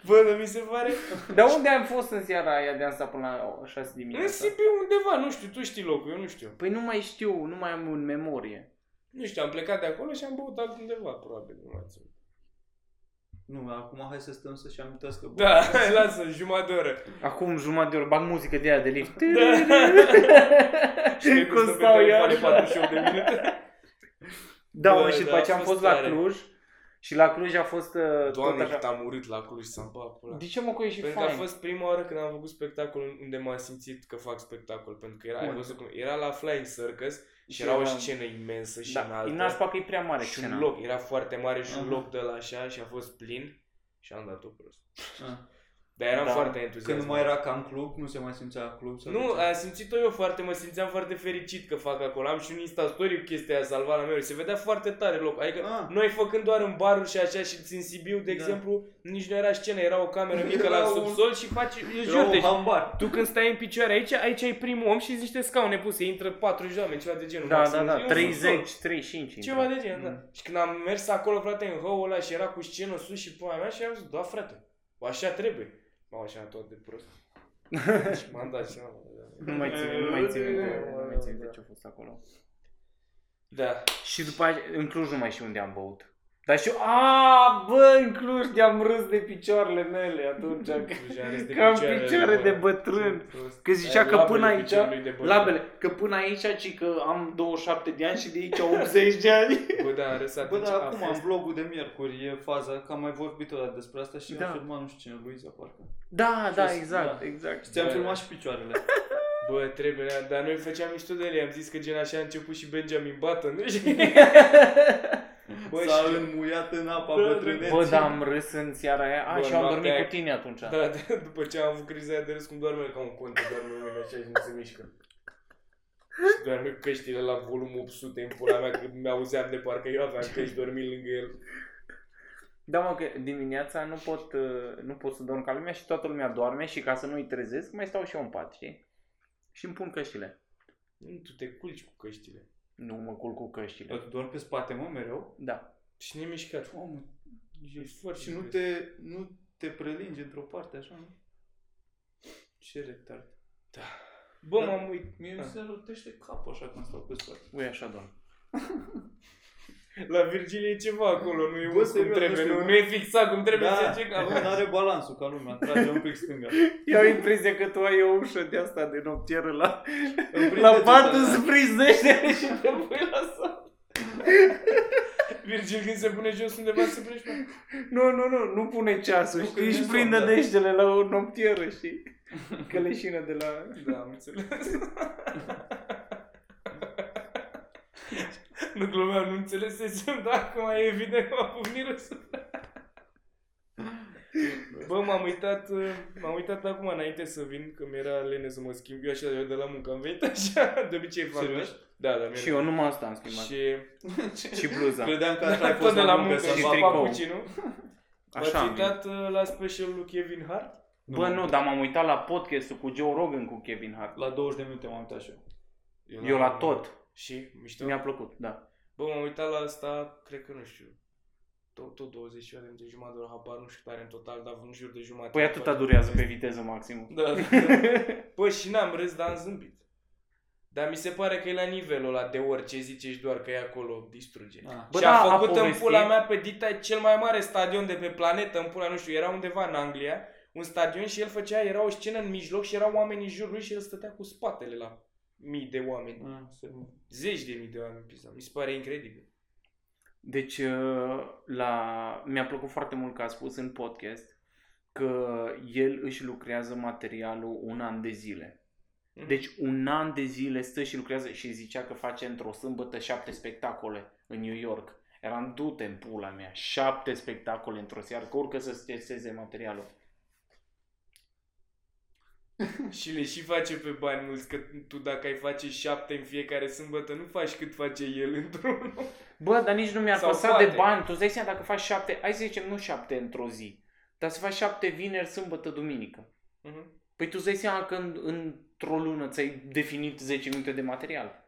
Speaker 2: Bă, dar mi se pare...
Speaker 3: Dar unde am fost în seara aia de asta până la 6
Speaker 2: În
Speaker 3: dimineața?
Speaker 2: Sibiu undeva, nu știu, tu știi locul, eu nu știu.
Speaker 3: Păi nu mai știu, nu mai am în memorie.
Speaker 2: Nu știu, am plecat de acolo și am băut altundeva, probabil, nu mai țin.
Speaker 4: Nu, acum hai să stăm să-și amintească. bă.
Speaker 2: Da, [laughs] lasă, jumătate de oră.
Speaker 3: Acum jumătate de oră bag muzică de aia de [laughs] lift.
Speaker 2: Da. Și ne
Speaker 3: Cum
Speaker 2: gustăm pe
Speaker 3: stau eu
Speaker 2: telefoane
Speaker 3: așa.
Speaker 2: 48 de minute.
Speaker 3: [laughs] Da,
Speaker 2: Bă,
Speaker 3: mă, și după
Speaker 2: da,
Speaker 3: aceea
Speaker 2: a
Speaker 3: am
Speaker 2: fost
Speaker 3: fost la
Speaker 2: tare.
Speaker 3: Cluj. Și la Cluj a fost uh, tot
Speaker 2: Doamne,
Speaker 3: așa.
Speaker 2: cât am urât la Cluj să-mi bag pula.
Speaker 3: De ce mă că e și
Speaker 2: Pentru că a
Speaker 3: fain?
Speaker 2: fost prima oară când am făcut spectacol unde m-am simțit că fac spectacol, pentru că era, ai
Speaker 4: Unde?
Speaker 2: văzut cum, era la Flying Circus și
Speaker 3: Și
Speaker 2: era o
Speaker 3: era-
Speaker 2: scenă imensă și
Speaker 3: Da,
Speaker 2: înaltă.
Speaker 3: e nașpa că e prea mare
Speaker 2: și un
Speaker 3: scena.
Speaker 2: loc, era foarte mare și un
Speaker 4: Aha.
Speaker 2: loc de la așa și a fost plin și am dat-o prost.
Speaker 4: Ah.
Speaker 2: Dar eram
Speaker 3: Da.
Speaker 2: foarte entuziasmat.
Speaker 4: Când nu mai era ca în club, nu se mai simțea club. sau
Speaker 2: Nu,
Speaker 4: de ce?
Speaker 2: am simțit-o eu foarte, mă simțeam foarte fericit că fac acolo. Am și un Insta story cu chestia aia salvarea mea. Se vedea foarte tare loc. Adică
Speaker 4: Ah.
Speaker 2: noi făcând doar în baruri și așa și în Sibiu, de
Speaker 4: Da.
Speaker 2: exemplu, nici nu era scenă, era o cameră
Speaker 4: [laughs]
Speaker 2: mică
Speaker 4: Era
Speaker 2: la
Speaker 4: un-
Speaker 2: subsol și faci, eu
Speaker 4: Era
Speaker 2: jur,
Speaker 4: un
Speaker 2: deci
Speaker 4: hambar.
Speaker 2: Tu când stai în picioare aici, aici ai primul om și zici niște scaune puse, intră 40 de oameni, ceva de genul.
Speaker 3: Da,
Speaker 2: maxim.
Speaker 3: da,
Speaker 2: E
Speaker 3: da,
Speaker 2: un
Speaker 3: 30, 35.
Speaker 2: Ceva de genul,
Speaker 4: Mm.
Speaker 2: da. Și când am mers acolo, frate, în hăul ăla și era cu scenă sus și pula mea și am zis, da, frate, așa trebuie. Mă, așa am tot de prost. și m-am dat seama. da.
Speaker 3: [laughs] Nu mai țin, nu mai țin, minte, nu mai țin minte ce a fost acolo.
Speaker 2: Da.
Speaker 3: Și după aia, în Cluj nu mai știu unde am băut. Dar și eu, a, bă, în Cluj de-am râs de picioarele mele atunci.
Speaker 2: Da.
Speaker 4: Mm.
Speaker 3: Că, că am picioare de bătrân. Că zicea că până aici, labele, că până aici, ci că am 27 de ani și de aici 80 de ani.
Speaker 2: Bă, da, am râs
Speaker 4: Bă,
Speaker 2: atunci.
Speaker 4: dar
Speaker 2: a
Speaker 4: acum,
Speaker 2: fost-
Speaker 4: în vlogul de miercuri, e faza, că am mai vorbit odată despre asta și
Speaker 3: Da.
Speaker 4: am filmat nu știu cine, Luiza, parcă.
Speaker 3: Da,
Speaker 4: Și
Speaker 3: da,
Speaker 4: o-
Speaker 3: exact,
Speaker 4: da.
Speaker 3: exact.
Speaker 4: Și ți-am
Speaker 2: Da.
Speaker 4: filmat și picioarele.
Speaker 2: Bă, trebuie, da, dar noi făceam mișto de ele, am zis că gen așa a început și Benjamin
Speaker 3: [laughs]
Speaker 2: Button. și- Bă,
Speaker 4: S-a
Speaker 2: și-
Speaker 4: înmuiat în apa
Speaker 2: Da, da.
Speaker 4: bătrâneții.
Speaker 3: [laughs] Bă, da, am râs în seara aia. A,
Speaker 2: Bă,
Speaker 3: și eu am
Speaker 2: noaptea
Speaker 3: dormit
Speaker 2: aia-
Speaker 3: cu tine atunci.
Speaker 2: Da, da, după ce am avut criza aia de râs, cum doarme ca un cont, doarme mâine așa și nu se mișcă. Și doarme cu căștile la volum 800 în pula mea, că mi-auzeam de parcă eu aveam
Speaker 4: [laughs]
Speaker 2: căști dormi lângă el.
Speaker 3: Da, mă, că dimineața nu pot, uh, nu pot să dorm ca lumea și toată lumea doarme și ca să nu-i trezesc, mai stau și eu în pat, știi? Și îmi pun căștile.
Speaker 2: Nu, tu te culci cu căștile.
Speaker 3: Nu mă culc cu
Speaker 4: Dar
Speaker 3: căștile.
Speaker 4: tu dormi pe spate, mă, mereu?
Speaker 3: Da.
Speaker 2: Și ne mișcat.
Speaker 4: Mamă,
Speaker 2: Ești foarte
Speaker 4: și nu
Speaker 2: impresionant.
Speaker 4: te, nu te prelingi într-o parte, așa, nu? Ce retard.
Speaker 2: Bă,
Speaker 4: Da.
Speaker 2: m-am uit.
Speaker 4: Mie mi
Speaker 2: Ah.
Speaker 4: se rotește capul așa când stau pe spate.
Speaker 3: Ui, așa dorm.
Speaker 2: La Virgilie e ceva acolo, nu e
Speaker 4: Bă,
Speaker 2: us cum
Speaker 4: serios,
Speaker 2: trebuie,
Speaker 4: nu știu,
Speaker 2: nu,
Speaker 4: bă.
Speaker 2: nu e fixat cum trebuie
Speaker 4: da,
Speaker 2: să ce
Speaker 4: [laughs] nu are balansul ca lumea, trage un pic
Speaker 2: [laughs]
Speaker 4: stânga.
Speaker 3: Eu am impresia că tu ai o ușă de asta de noptieră la,
Speaker 4: Îmi prinde
Speaker 3: la pat,
Speaker 4: degetul.
Speaker 3: îți frizește și te pui la somn.
Speaker 2: Virgil când se pune jos undeva se pleci mă.
Speaker 3: Nu, nu, nu, nu pune ceasul,
Speaker 4: Nu, că
Speaker 3: știi?
Speaker 4: e
Speaker 3: Își
Speaker 4: somn,
Speaker 3: prinde
Speaker 4: da.
Speaker 3: deștele la o noptieră, știi? Că leșină de la...
Speaker 2: Da, am înțeles. nu glumeam, nu înțelesesem, dar acum e evident că m-a pufnit râsul. Bă, m-am uitat, uh, m-am uitat acum înainte să vin, că mi-era lene să mă schimb. Eu așa, eu de la muncă am venit așa, de obicei fac.
Speaker 4: Serios?
Speaker 2: Da, da, mi
Speaker 3: Și eu numai asta am schimbat.
Speaker 2: Și
Speaker 3: Și bluza.
Speaker 4: Credeam că
Speaker 2: da,
Speaker 4: asta ai
Speaker 2: tot
Speaker 4: fost
Speaker 2: de la muncă
Speaker 4: să
Speaker 3: și
Speaker 2: și
Speaker 3: fac
Speaker 4: fac
Speaker 3: tricou.
Speaker 2: papucinul.
Speaker 3: Așa
Speaker 2: V-ați
Speaker 3: am
Speaker 2: uitat uh, la specialul lui Kevin Hart?
Speaker 3: Bă, nu, dar m-am uitat la podcastul cu Joe Rogan cu Kevin Hart.
Speaker 4: La 20 de minute m-am uitat și eu.
Speaker 3: Eu la tot.
Speaker 2: Și, mișto?
Speaker 3: Mi-a plăcut, da.
Speaker 2: Bă, m-am uitat la asta, cred că nu știu, tot, tot 20 de minute, jumătate de oră, habar nu știu care în total, dar un jur de jumătate.
Speaker 3: Păi atâta durează pe viteză maximă. [laughs]
Speaker 2: Da, da. Bă, și n-am râs, dar am zâmbit. Dar mi se pare că e la nivelul ăla de orice zicești doar că e acolo, distruge.
Speaker 4: Da.
Speaker 3: Bă,
Speaker 2: Bă, și
Speaker 3: da,
Speaker 2: a
Speaker 3: a
Speaker 2: făcut în
Speaker 3: povestit-
Speaker 2: pula mea pe Dita cel mai mare stadion de pe planetă, în pula, nu știu, era undeva în Anglia, un stadion și el făcea, era o scenă în mijloc și erau oameni în jurul lui și el stătea cu spatele la mii de oameni.
Speaker 4: Mm, se-
Speaker 2: Zeci de mii de oameni, pizza. Mi se pare incredibil.
Speaker 3: Deci, uh, la... mi-a plăcut foarte mult că a spus în podcast că el își lucrează materialul un an de zile. Deci un an de zile stă și lucrează și zicea că face într-o sâmbătă șapte spectacole în New York. Eram dute în pula mea, șapte spectacole într-o seară, că urcă să streseze materialul.
Speaker 2: Și le și face pe bani mulți, că tu dacă ai face șapte în fiecare sâmbătă, nu faci cât face el într-un
Speaker 3: Bă, dar nici nu mi-ar
Speaker 2: Sau
Speaker 3: păsa
Speaker 2: poate.
Speaker 3: de bani, tu îți dai seama dacă faci șapte, hai să zicem nu șapte într-o zi, dar să faci șapte vineri, sâmbătă, duminică.
Speaker 2: Mhm.
Speaker 3: Păi tu îți dai seama că în, într-o lună ți-ai definit 10 minute de material.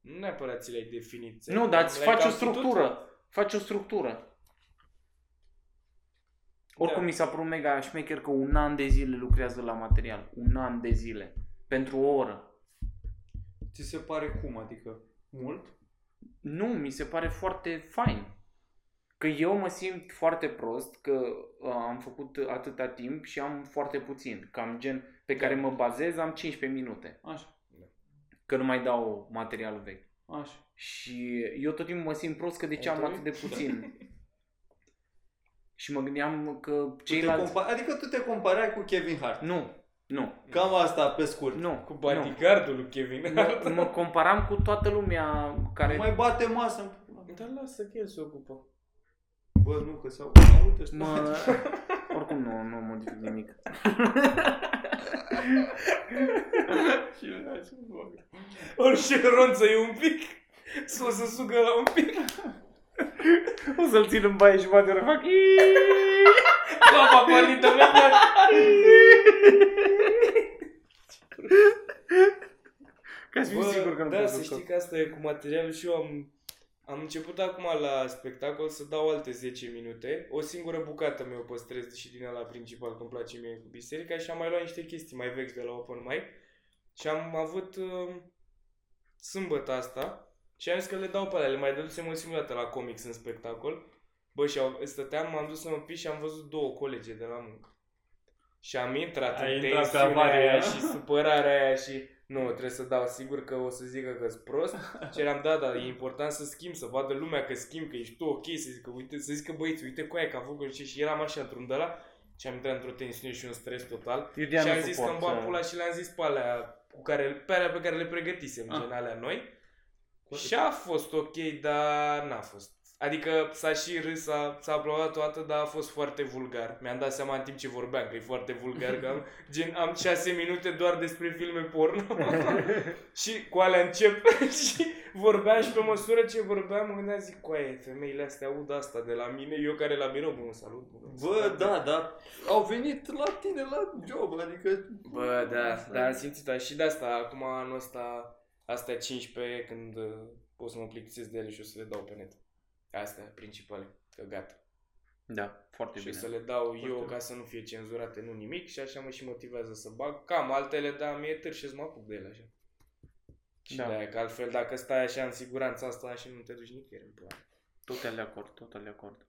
Speaker 2: Nu neapărat ți le-ai definit. ți-ai-
Speaker 3: Nu, dar îți
Speaker 2: Deci le-ai
Speaker 3: faci o
Speaker 2: cam putut.
Speaker 3: structură. Faci o structură. Oricum mi s-a părut mega șmecher că un an de zile lucrează la material. Un an de zile. Pentru o oră.
Speaker 4: Ți se pare cum? Adică mult?
Speaker 3: Nu, mi se pare foarte fain. Că eu mă simt foarte prost că uh, am făcut atâta timp și am foarte puțin. Cam gen pe care mă bazez am 15 minute.
Speaker 4: Așa,
Speaker 3: Că nu mai dau material vechi.
Speaker 4: așa.
Speaker 3: Și eu tot timpul mă simt prost că de ce am
Speaker 2: Autorit?
Speaker 3: atât de puțin. Și mă gândeam că
Speaker 4: Ceilalți...
Speaker 3: ceilalți...
Speaker 4: Compa- adică tu te comparai cu Kevin Hart.
Speaker 3: Nu, nu,
Speaker 4: Cam asta, pe scurt.
Speaker 3: nu.
Speaker 2: Cu
Speaker 3: nu.
Speaker 2: bodyguardul lui Kevin Hart.
Speaker 3: Mă, mă comparam cu toată lumea care...
Speaker 4: Mai bate masă în pula mea.
Speaker 2: [laughs] Dar lasă că el se ocupă.
Speaker 3: [laughs]
Speaker 4: Bă, nu, că s-au... Mă, uite, ăsta.
Speaker 3: Mă... Oricum nu, nu modific nimic.
Speaker 2: Orice ronță e un pic. Să o să sugă la un pic.
Speaker 3: O să-l țin în baie jumătate de oră, fac...
Speaker 2: Papa, părinte, mea.
Speaker 3: Ca să fiu sigur că nu
Speaker 2: da,
Speaker 3: pot
Speaker 2: să
Speaker 3: să
Speaker 2: știi că asta e cu materialul și eu am, am început acum la spectacol să dau alte 10 minute. O singură bucată mi-o păstrez și din la principal, că îmi place mie cu biserica și am mai luat niște chestii mai vechi de la Open Mic. Și am avut uh, sâmbătă asta și am zis că le dau pe alea, le mai dădusem o singură dată la comics în spectacol. Bă, și au, stăteam, m-am dus să mă piș și am văzut două colege de la muncă. Și am intrat
Speaker 4: Ai
Speaker 2: în
Speaker 4: intrat pe
Speaker 2: tensiunea
Speaker 4: avarie,
Speaker 2: aia
Speaker 4: da?
Speaker 2: și supărarea aia și nu, trebuie să dau sigur că o să zică că
Speaker 4: [laughs]
Speaker 2: sunt prost. Și eram, da, da, e important să schimb, să vadă lumea că schimb, că ești tu ok, să zică, uite, să zică băieți, uite cu aia că a făcut nu știu ce. și eram așa într-un de la și am intrat într-o tensiune și un stres total
Speaker 3: Eu de-aia
Speaker 2: și
Speaker 3: nu
Speaker 2: am zis că
Speaker 3: suport
Speaker 2: îmi bag
Speaker 3: să-
Speaker 4: uh,
Speaker 2: pula și le-am zis pe alea, cu care, pe alea pe care le pregătisem,
Speaker 4: Ah.
Speaker 2: gen alea noi. Și a fost ok, dar n-a fost. Adică s-a și râs, s-a, s-a aplaudat toată, dar a fost foarte vulgar. Mi-am dat seama în timp ce vorbeam că e foarte vulgar, că
Speaker 4: [laughs]
Speaker 2: am, gen, am șase minute doar despre filme porno. și cu alea încep [laughs] și vorbeam și pe măsură ce vorbeam, mă gândeam, zic, coaie, femeile astea aud asta de la mine, eu care la birou, bun, salut. bună
Speaker 4: Bă,
Speaker 2: seara."
Speaker 4: da, da. Au venit la tine, la job, adică...
Speaker 2: Bă, da, da, am simțit asta și de asta, acum anul ăsta, astea 15, când uh, pot să mă plictisesc de ele și o să le dau pe net. Astea, principale, că gata.
Speaker 3: Da, foarte
Speaker 2: și
Speaker 3: bine.
Speaker 2: o să le dau eu
Speaker 4: bine.
Speaker 2: ca să nu fie cenzurate, nu nimic, și așa mă și motivează să bag. Cam altele, dar mi-e târ și să mă apuc de ele așa. Și
Speaker 3: Da.
Speaker 2: da. de-aia, că altfel dacă stai așa în siguranța asta și nu te duci nicăieri în plan.
Speaker 3: Total de acord, total de acord.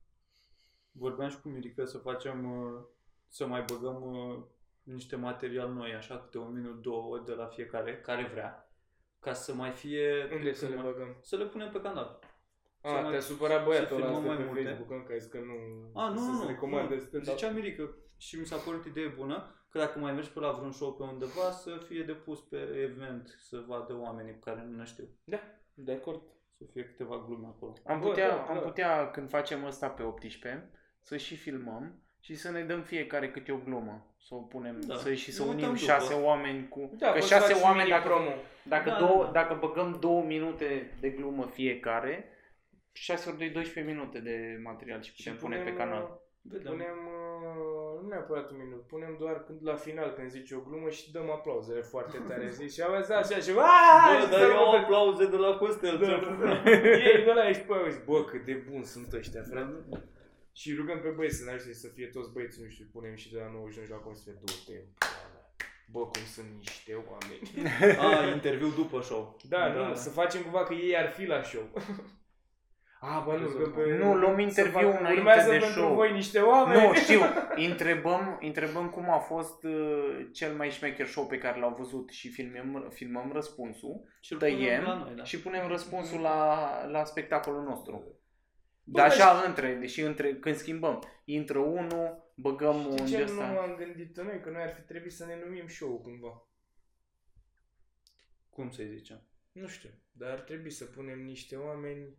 Speaker 4: Vorbeam și cu Mirica să facem, uh, să mai băgăm uh, niște material noi, așa, câte un minut, două de la fiecare, care vrea, ca să mai fie...
Speaker 2: Unde să le
Speaker 4: mai-
Speaker 2: băgăm?
Speaker 4: Să le punem pe canal. Să
Speaker 2: A,
Speaker 4: mai-
Speaker 2: te-a supărat băiatul
Speaker 4: să
Speaker 2: ăla
Speaker 4: filmăm
Speaker 2: asta
Speaker 4: mai
Speaker 2: pe
Speaker 4: multe.
Speaker 2: Facebook, încă ai zis că nu...
Speaker 4: A, nu,
Speaker 2: să-ți
Speaker 4: nu,
Speaker 2: recomande
Speaker 4: nu, nu.
Speaker 2: stand-up.
Speaker 4: Zicea Mirica și mi s-a părut idee bună că dacă mai mergi pe la vreun show pe undeva să fie depus pe event, să vadă oamenii pe care nu ne știu,
Speaker 2: De acord.
Speaker 4: să fie câteva glume acolo.
Speaker 3: Am
Speaker 2: Bă,
Speaker 3: putea,
Speaker 2: da,
Speaker 3: am
Speaker 2: da.
Speaker 3: putea când facem asta pe 18, să și filmăm și să ne dăm fiecare câte o glumă. Să o punem,
Speaker 4: Da.
Speaker 3: să, și să
Speaker 4: Ne uităm
Speaker 3: unim
Speaker 4: după.
Speaker 3: șase oameni cu...
Speaker 2: Da,
Speaker 3: că
Speaker 2: poți
Speaker 3: șase
Speaker 2: faci
Speaker 3: oameni,
Speaker 2: mini
Speaker 3: dacă,
Speaker 2: promo.
Speaker 3: dacă,
Speaker 4: Da,
Speaker 3: două,
Speaker 4: da, da.
Speaker 3: dacă băgăm două minute de glumă fiecare, 6 ori 2, 12 minute de material și putem pune pe canal.
Speaker 4: Vedem.
Speaker 2: Punem, uh, nu neapărat un minut, punem doar când, la final când zici o glumă și dăm aplauzele foarte tare. Zici și aveți așa și
Speaker 4: Bă,
Speaker 2: Bă,
Speaker 4: dar eu aplauze de la Costel.
Speaker 2: Da,
Speaker 4: ți-am-
Speaker 2: [laughs] Ei, de la ești pe aia, zici, bă, cât de bun sunt ăștia, frate. Și rugăm pe băieți să ne ajute să fie toți băieți, nu știu, punem și de la 99 la cum se du-te, pula mea. Bă, cum sunt niște oameni.
Speaker 4: A, Ah, interviu după show.
Speaker 2: Da, nu, să facem cumva că ei ar fi la show. [laughs] A, bă, nu, că pe...
Speaker 3: Nu, luăm interviu
Speaker 2: să fac-
Speaker 3: înainte
Speaker 2: urmează
Speaker 3: de
Speaker 2: pentru
Speaker 3: show.
Speaker 2: voi niște oameni. [laughs]
Speaker 3: Nu, știu. Întrebăm, întrebăm cum a fost uh, cel mai șmecher show pe care l-au văzut și filmăm, filmăm răspunsul
Speaker 4: Și-l
Speaker 3: Tăiem
Speaker 4: punem la noi, da.
Speaker 3: și punem răspunsul la, la spectacolul nostru.
Speaker 2: Bă,
Speaker 3: Dar
Speaker 2: dar
Speaker 3: așa între, deși între, când schimbăm, intră unul, băgăm un
Speaker 2: De
Speaker 3: de
Speaker 2: ce nu
Speaker 3: ăsta.
Speaker 2: am gândit noi? Că noi ar fi trebuit să ne numim show cumva.
Speaker 4: Cum să-i zicem?
Speaker 2: Nu știu, dar ar trebui să punem niște oameni...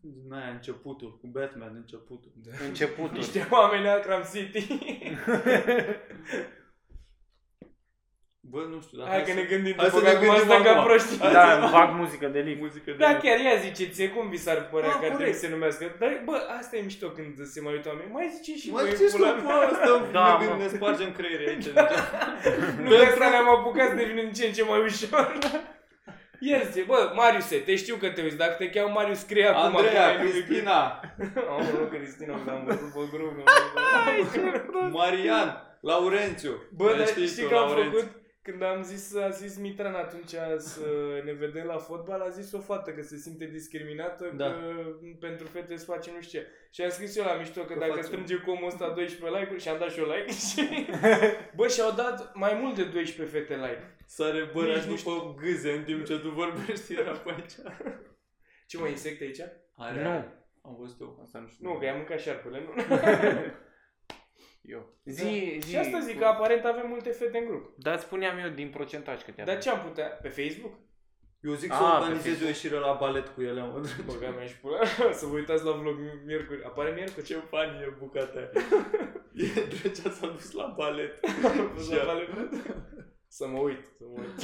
Speaker 4: Din aia începutul, cu Batman începutul.
Speaker 2: Da.
Speaker 3: Începutul.
Speaker 2: [laughs] Niște oameni la Cram City.
Speaker 4: Bă, nu știu, dar
Speaker 2: Hai că
Speaker 4: să-
Speaker 2: ne gândim
Speaker 4: Da, hai
Speaker 2: după
Speaker 4: să
Speaker 2: că
Speaker 4: ne
Speaker 2: acum
Speaker 4: gândim
Speaker 2: stăm ca
Speaker 4: acum.
Speaker 2: proștii.
Speaker 3: [laughs] Da, fac muzică de lift.
Speaker 4: muzică de...
Speaker 2: Da, chiar ia ziceți, cum vi s-ar părea
Speaker 4: Bă,
Speaker 2: că ar trebui
Speaker 4: Da, corect.
Speaker 2: să se numească? Dar, bă, asta e mișto când se mai uită oameni. Mai ziceți și
Speaker 4: Mă,
Speaker 2: voi,
Speaker 4: ce știu,
Speaker 2: pula
Speaker 4: bă,
Speaker 2: mea.
Speaker 4: asta
Speaker 3: Da,
Speaker 4: da,
Speaker 3: mă.
Speaker 4: ne spargem creierii aici.
Speaker 2: [laughs] Nu de asta ne-am apucat să devine din ce în ce mai ușor. [laughs] Ia zice, bă, Mariuse, te știu că te uiți, dacă te cheamă Marius, scrie acum. că ai
Speaker 4: Andreea, păi
Speaker 2: numit-
Speaker 4: Cristina,
Speaker 2: Aoleu, Cristina, am văzut pe grumă.
Speaker 4: Marian, Laurențiu.
Speaker 2: Bă,
Speaker 4: Mai
Speaker 2: dar știi
Speaker 4: Păi, tu,
Speaker 2: că am
Speaker 4: Laurențiu?
Speaker 2: făcut? Când am zis, a zis Mitran atunci să ne vedem la fotbal, a zis o fată că se simte discriminată,
Speaker 4: Da.
Speaker 2: că pentru fete se face nu știu ce. Și am scris eu la mișto că,
Speaker 4: Că
Speaker 2: dacă
Speaker 4: face-
Speaker 2: strânge cu omul ăsta 12 like-uri și am dat și eu like și... Bă, și-au dat mai mult de 12 fete like.
Speaker 4: Sare băraș
Speaker 2: Nici nu
Speaker 4: după gâze în timp ce tu vorbești, era pe aici.
Speaker 2: Ce mă, insecte aici?
Speaker 4: Are,
Speaker 3: Nu,
Speaker 4: Am văzut eu, asta nu știu.
Speaker 2: Nu, că i-am mâncat șarpele, nu?
Speaker 3: eu. Zi, zi.
Speaker 2: și asta zic că aparent avem multe fete în grup.
Speaker 3: Dar spuneam eu din procentaj câte
Speaker 2: Dar
Speaker 3: aveam.
Speaker 2: ce am putea? Pe Facebook?
Speaker 4: Eu zic să
Speaker 3: A, pe
Speaker 4: organizez
Speaker 3: Facebook.
Speaker 4: o ieșire la balet cu ele, mă. [laughs]
Speaker 2: Băga mea și pula, [laughs] să vă uitați la vlog miercuri. Apare miercuri?
Speaker 4: Ce fani e bucata
Speaker 2: [laughs]
Speaker 4: aia. E Drăgea s-a dus la balet.
Speaker 2: Să
Speaker 4: Și ea-
Speaker 2: vale vrut? Să mă uit, să mă uit.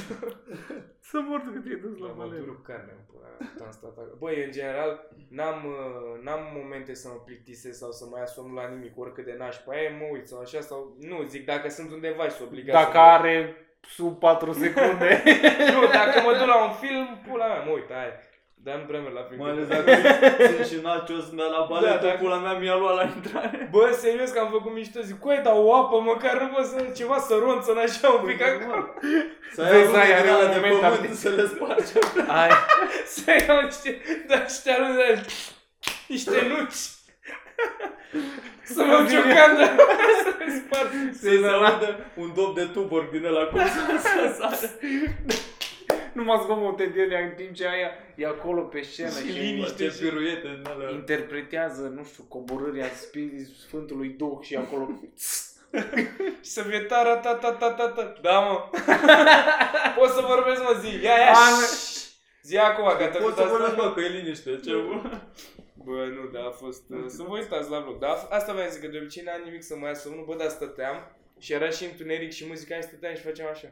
Speaker 3: Să mor că te-ai dus
Speaker 2: La mă durup carne în pula mea, tot am stat acolo. Băi, în general, n-am, uh, n-am momente să mă plictisesc sau să mai asum la nimic, oricât de nașpa e, mă uit sau așa, sau nu, zic dacă sunt undeva și sunt obligat
Speaker 3: Dacă
Speaker 2: să mă uit.
Speaker 3: are sub 4
Speaker 2: [laughs]
Speaker 3: secunde.
Speaker 2: Nu, dacă mă duc la un film, pula mea, mă uit, hai. Dar nu prea merg la film.
Speaker 4: Mai ales dacă sunt și nacio, sunt de la balet,
Speaker 2: Da,
Speaker 4: da,
Speaker 2: dacă-
Speaker 4: pula mea mi-a luat la intrare.
Speaker 2: [laughs] Bă, serios că am făcut mișto, zic, coi, dar o apă măcar nu vă să ceva să ronță în așa
Speaker 4: Păi
Speaker 2: un
Speaker 4: da,
Speaker 2: pic acolo.
Speaker 4: Să
Speaker 3: Vezi,
Speaker 4: ai aia
Speaker 3: aia era
Speaker 4: grele
Speaker 3: un
Speaker 4: de
Speaker 3: moment
Speaker 4: pământ
Speaker 3: artistic.
Speaker 4: să le
Speaker 2: [laughs]
Speaker 4: spargi.
Speaker 3: Ai,
Speaker 2: Să iau niște, da, niște alune, niște
Speaker 4: [laughs]
Speaker 2: nuci. Să mă
Speaker 3: Bine.
Speaker 2: ciocană, să mi
Speaker 4: [laughs]
Speaker 2: spart.
Speaker 4: Să se audă un dop de tubor din ăla [laughs]
Speaker 2: Da.
Speaker 4: cum să se sară.
Speaker 3: [laughs] nu mă zgomote de ele în timp ce aia e acolo pe scenă
Speaker 2: Și
Speaker 3: și
Speaker 2: liniște.
Speaker 4: Niște piruete în alea.
Speaker 3: interpretează, nu știu, coborârea Spirit- Sfântului Duh și [laughs] acolo.
Speaker 2: [laughs] Și să fie tara, ta, ta, ta, ta, ta. Da,
Speaker 4: [laughs]
Speaker 2: mă. Poți să vorbesc, mă, zi. Ia, ia.
Speaker 3: Am-
Speaker 2: Zi acum, că te
Speaker 4: Poți să vorbesc, mă, că e liniște, ce bun.
Speaker 2: Bă, nu, dar a fost... Uh, să vă uitați la vlog. Dar a- asta v-am zis, că de obicei n-am nimic să mai asum. Nu, bă, dar stăteam și era și întuneric și muzica și stăteam și făceam așa.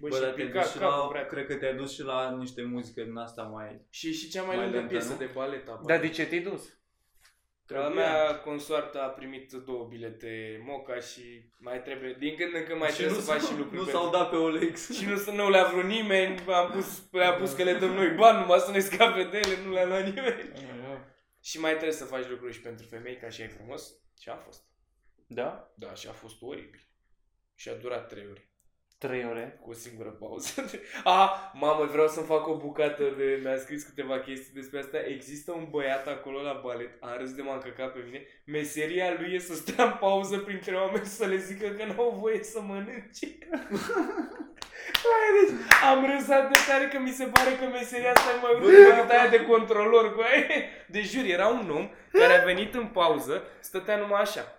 Speaker 2: Bă,
Speaker 4: Bă,
Speaker 2: și
Speaker 4: dar te-ai
Speaker 2: pica
Speaker 4: dus și
Speaker 2: capul,
Speaker 4: la,
Speaker 2: frate.
Speaker 4: cred că te-ai dus și la niște muzică din asta mai...
Speaker 2: Și, și cea mai,
Speaker 4: Mai
Speaker 2: lungă
Speaker 4: lentă,
Speaker 2: piesă
Speaker 4: nu?
Speaker 2: de balet a
Speaker 3: Dar de ce te-ai dus?
Speaker 2: A mea consoartă a primit două bilete moca și mai trebuie, din când în când mai
Speaker 4: Și
Speaker 2: trebuie
Speaker 4: nu
Speaker 2: să faci
Speaker 4: s-au-
Speaker 2: și lucruri
Speaker 4: Nu
Speaker 2: pentru-
Speaker 4: s-au dat pe OLX.
Speaker 2: Și nu, să- nu le-a vrut nimeni, am pus, le-a pus că le dăm noi bani, numai să ne scape de ele, nu le-a luat nimeni. Și mai trebuie să faci lucruri și pentru femei, ca și ai frumos. Și a fost.
Speaker 3: Da?
Speaker 2: Da, și a fost oribil. Și a durat trei ore.
Speaker 3: Trei ore.
Speaker 2: Cu o singură pauză. [laughs] a, mamă, vreau să-mi fac o bucată de... Mi-a scris câteva chestii despre asta. Există un băiat acolo la balet, a râs de m-a încăcat pe mine. Meseria lui e să stea în pauză printre oameni să le zică că n-au voie să mănânce. [laughs] Hai, deci, am râs atât de tare că mi se pare că meseria asta e mai urâtă decât aia de controlor, băi. De jur, era un om care a venit în pauză, stătea numai așa.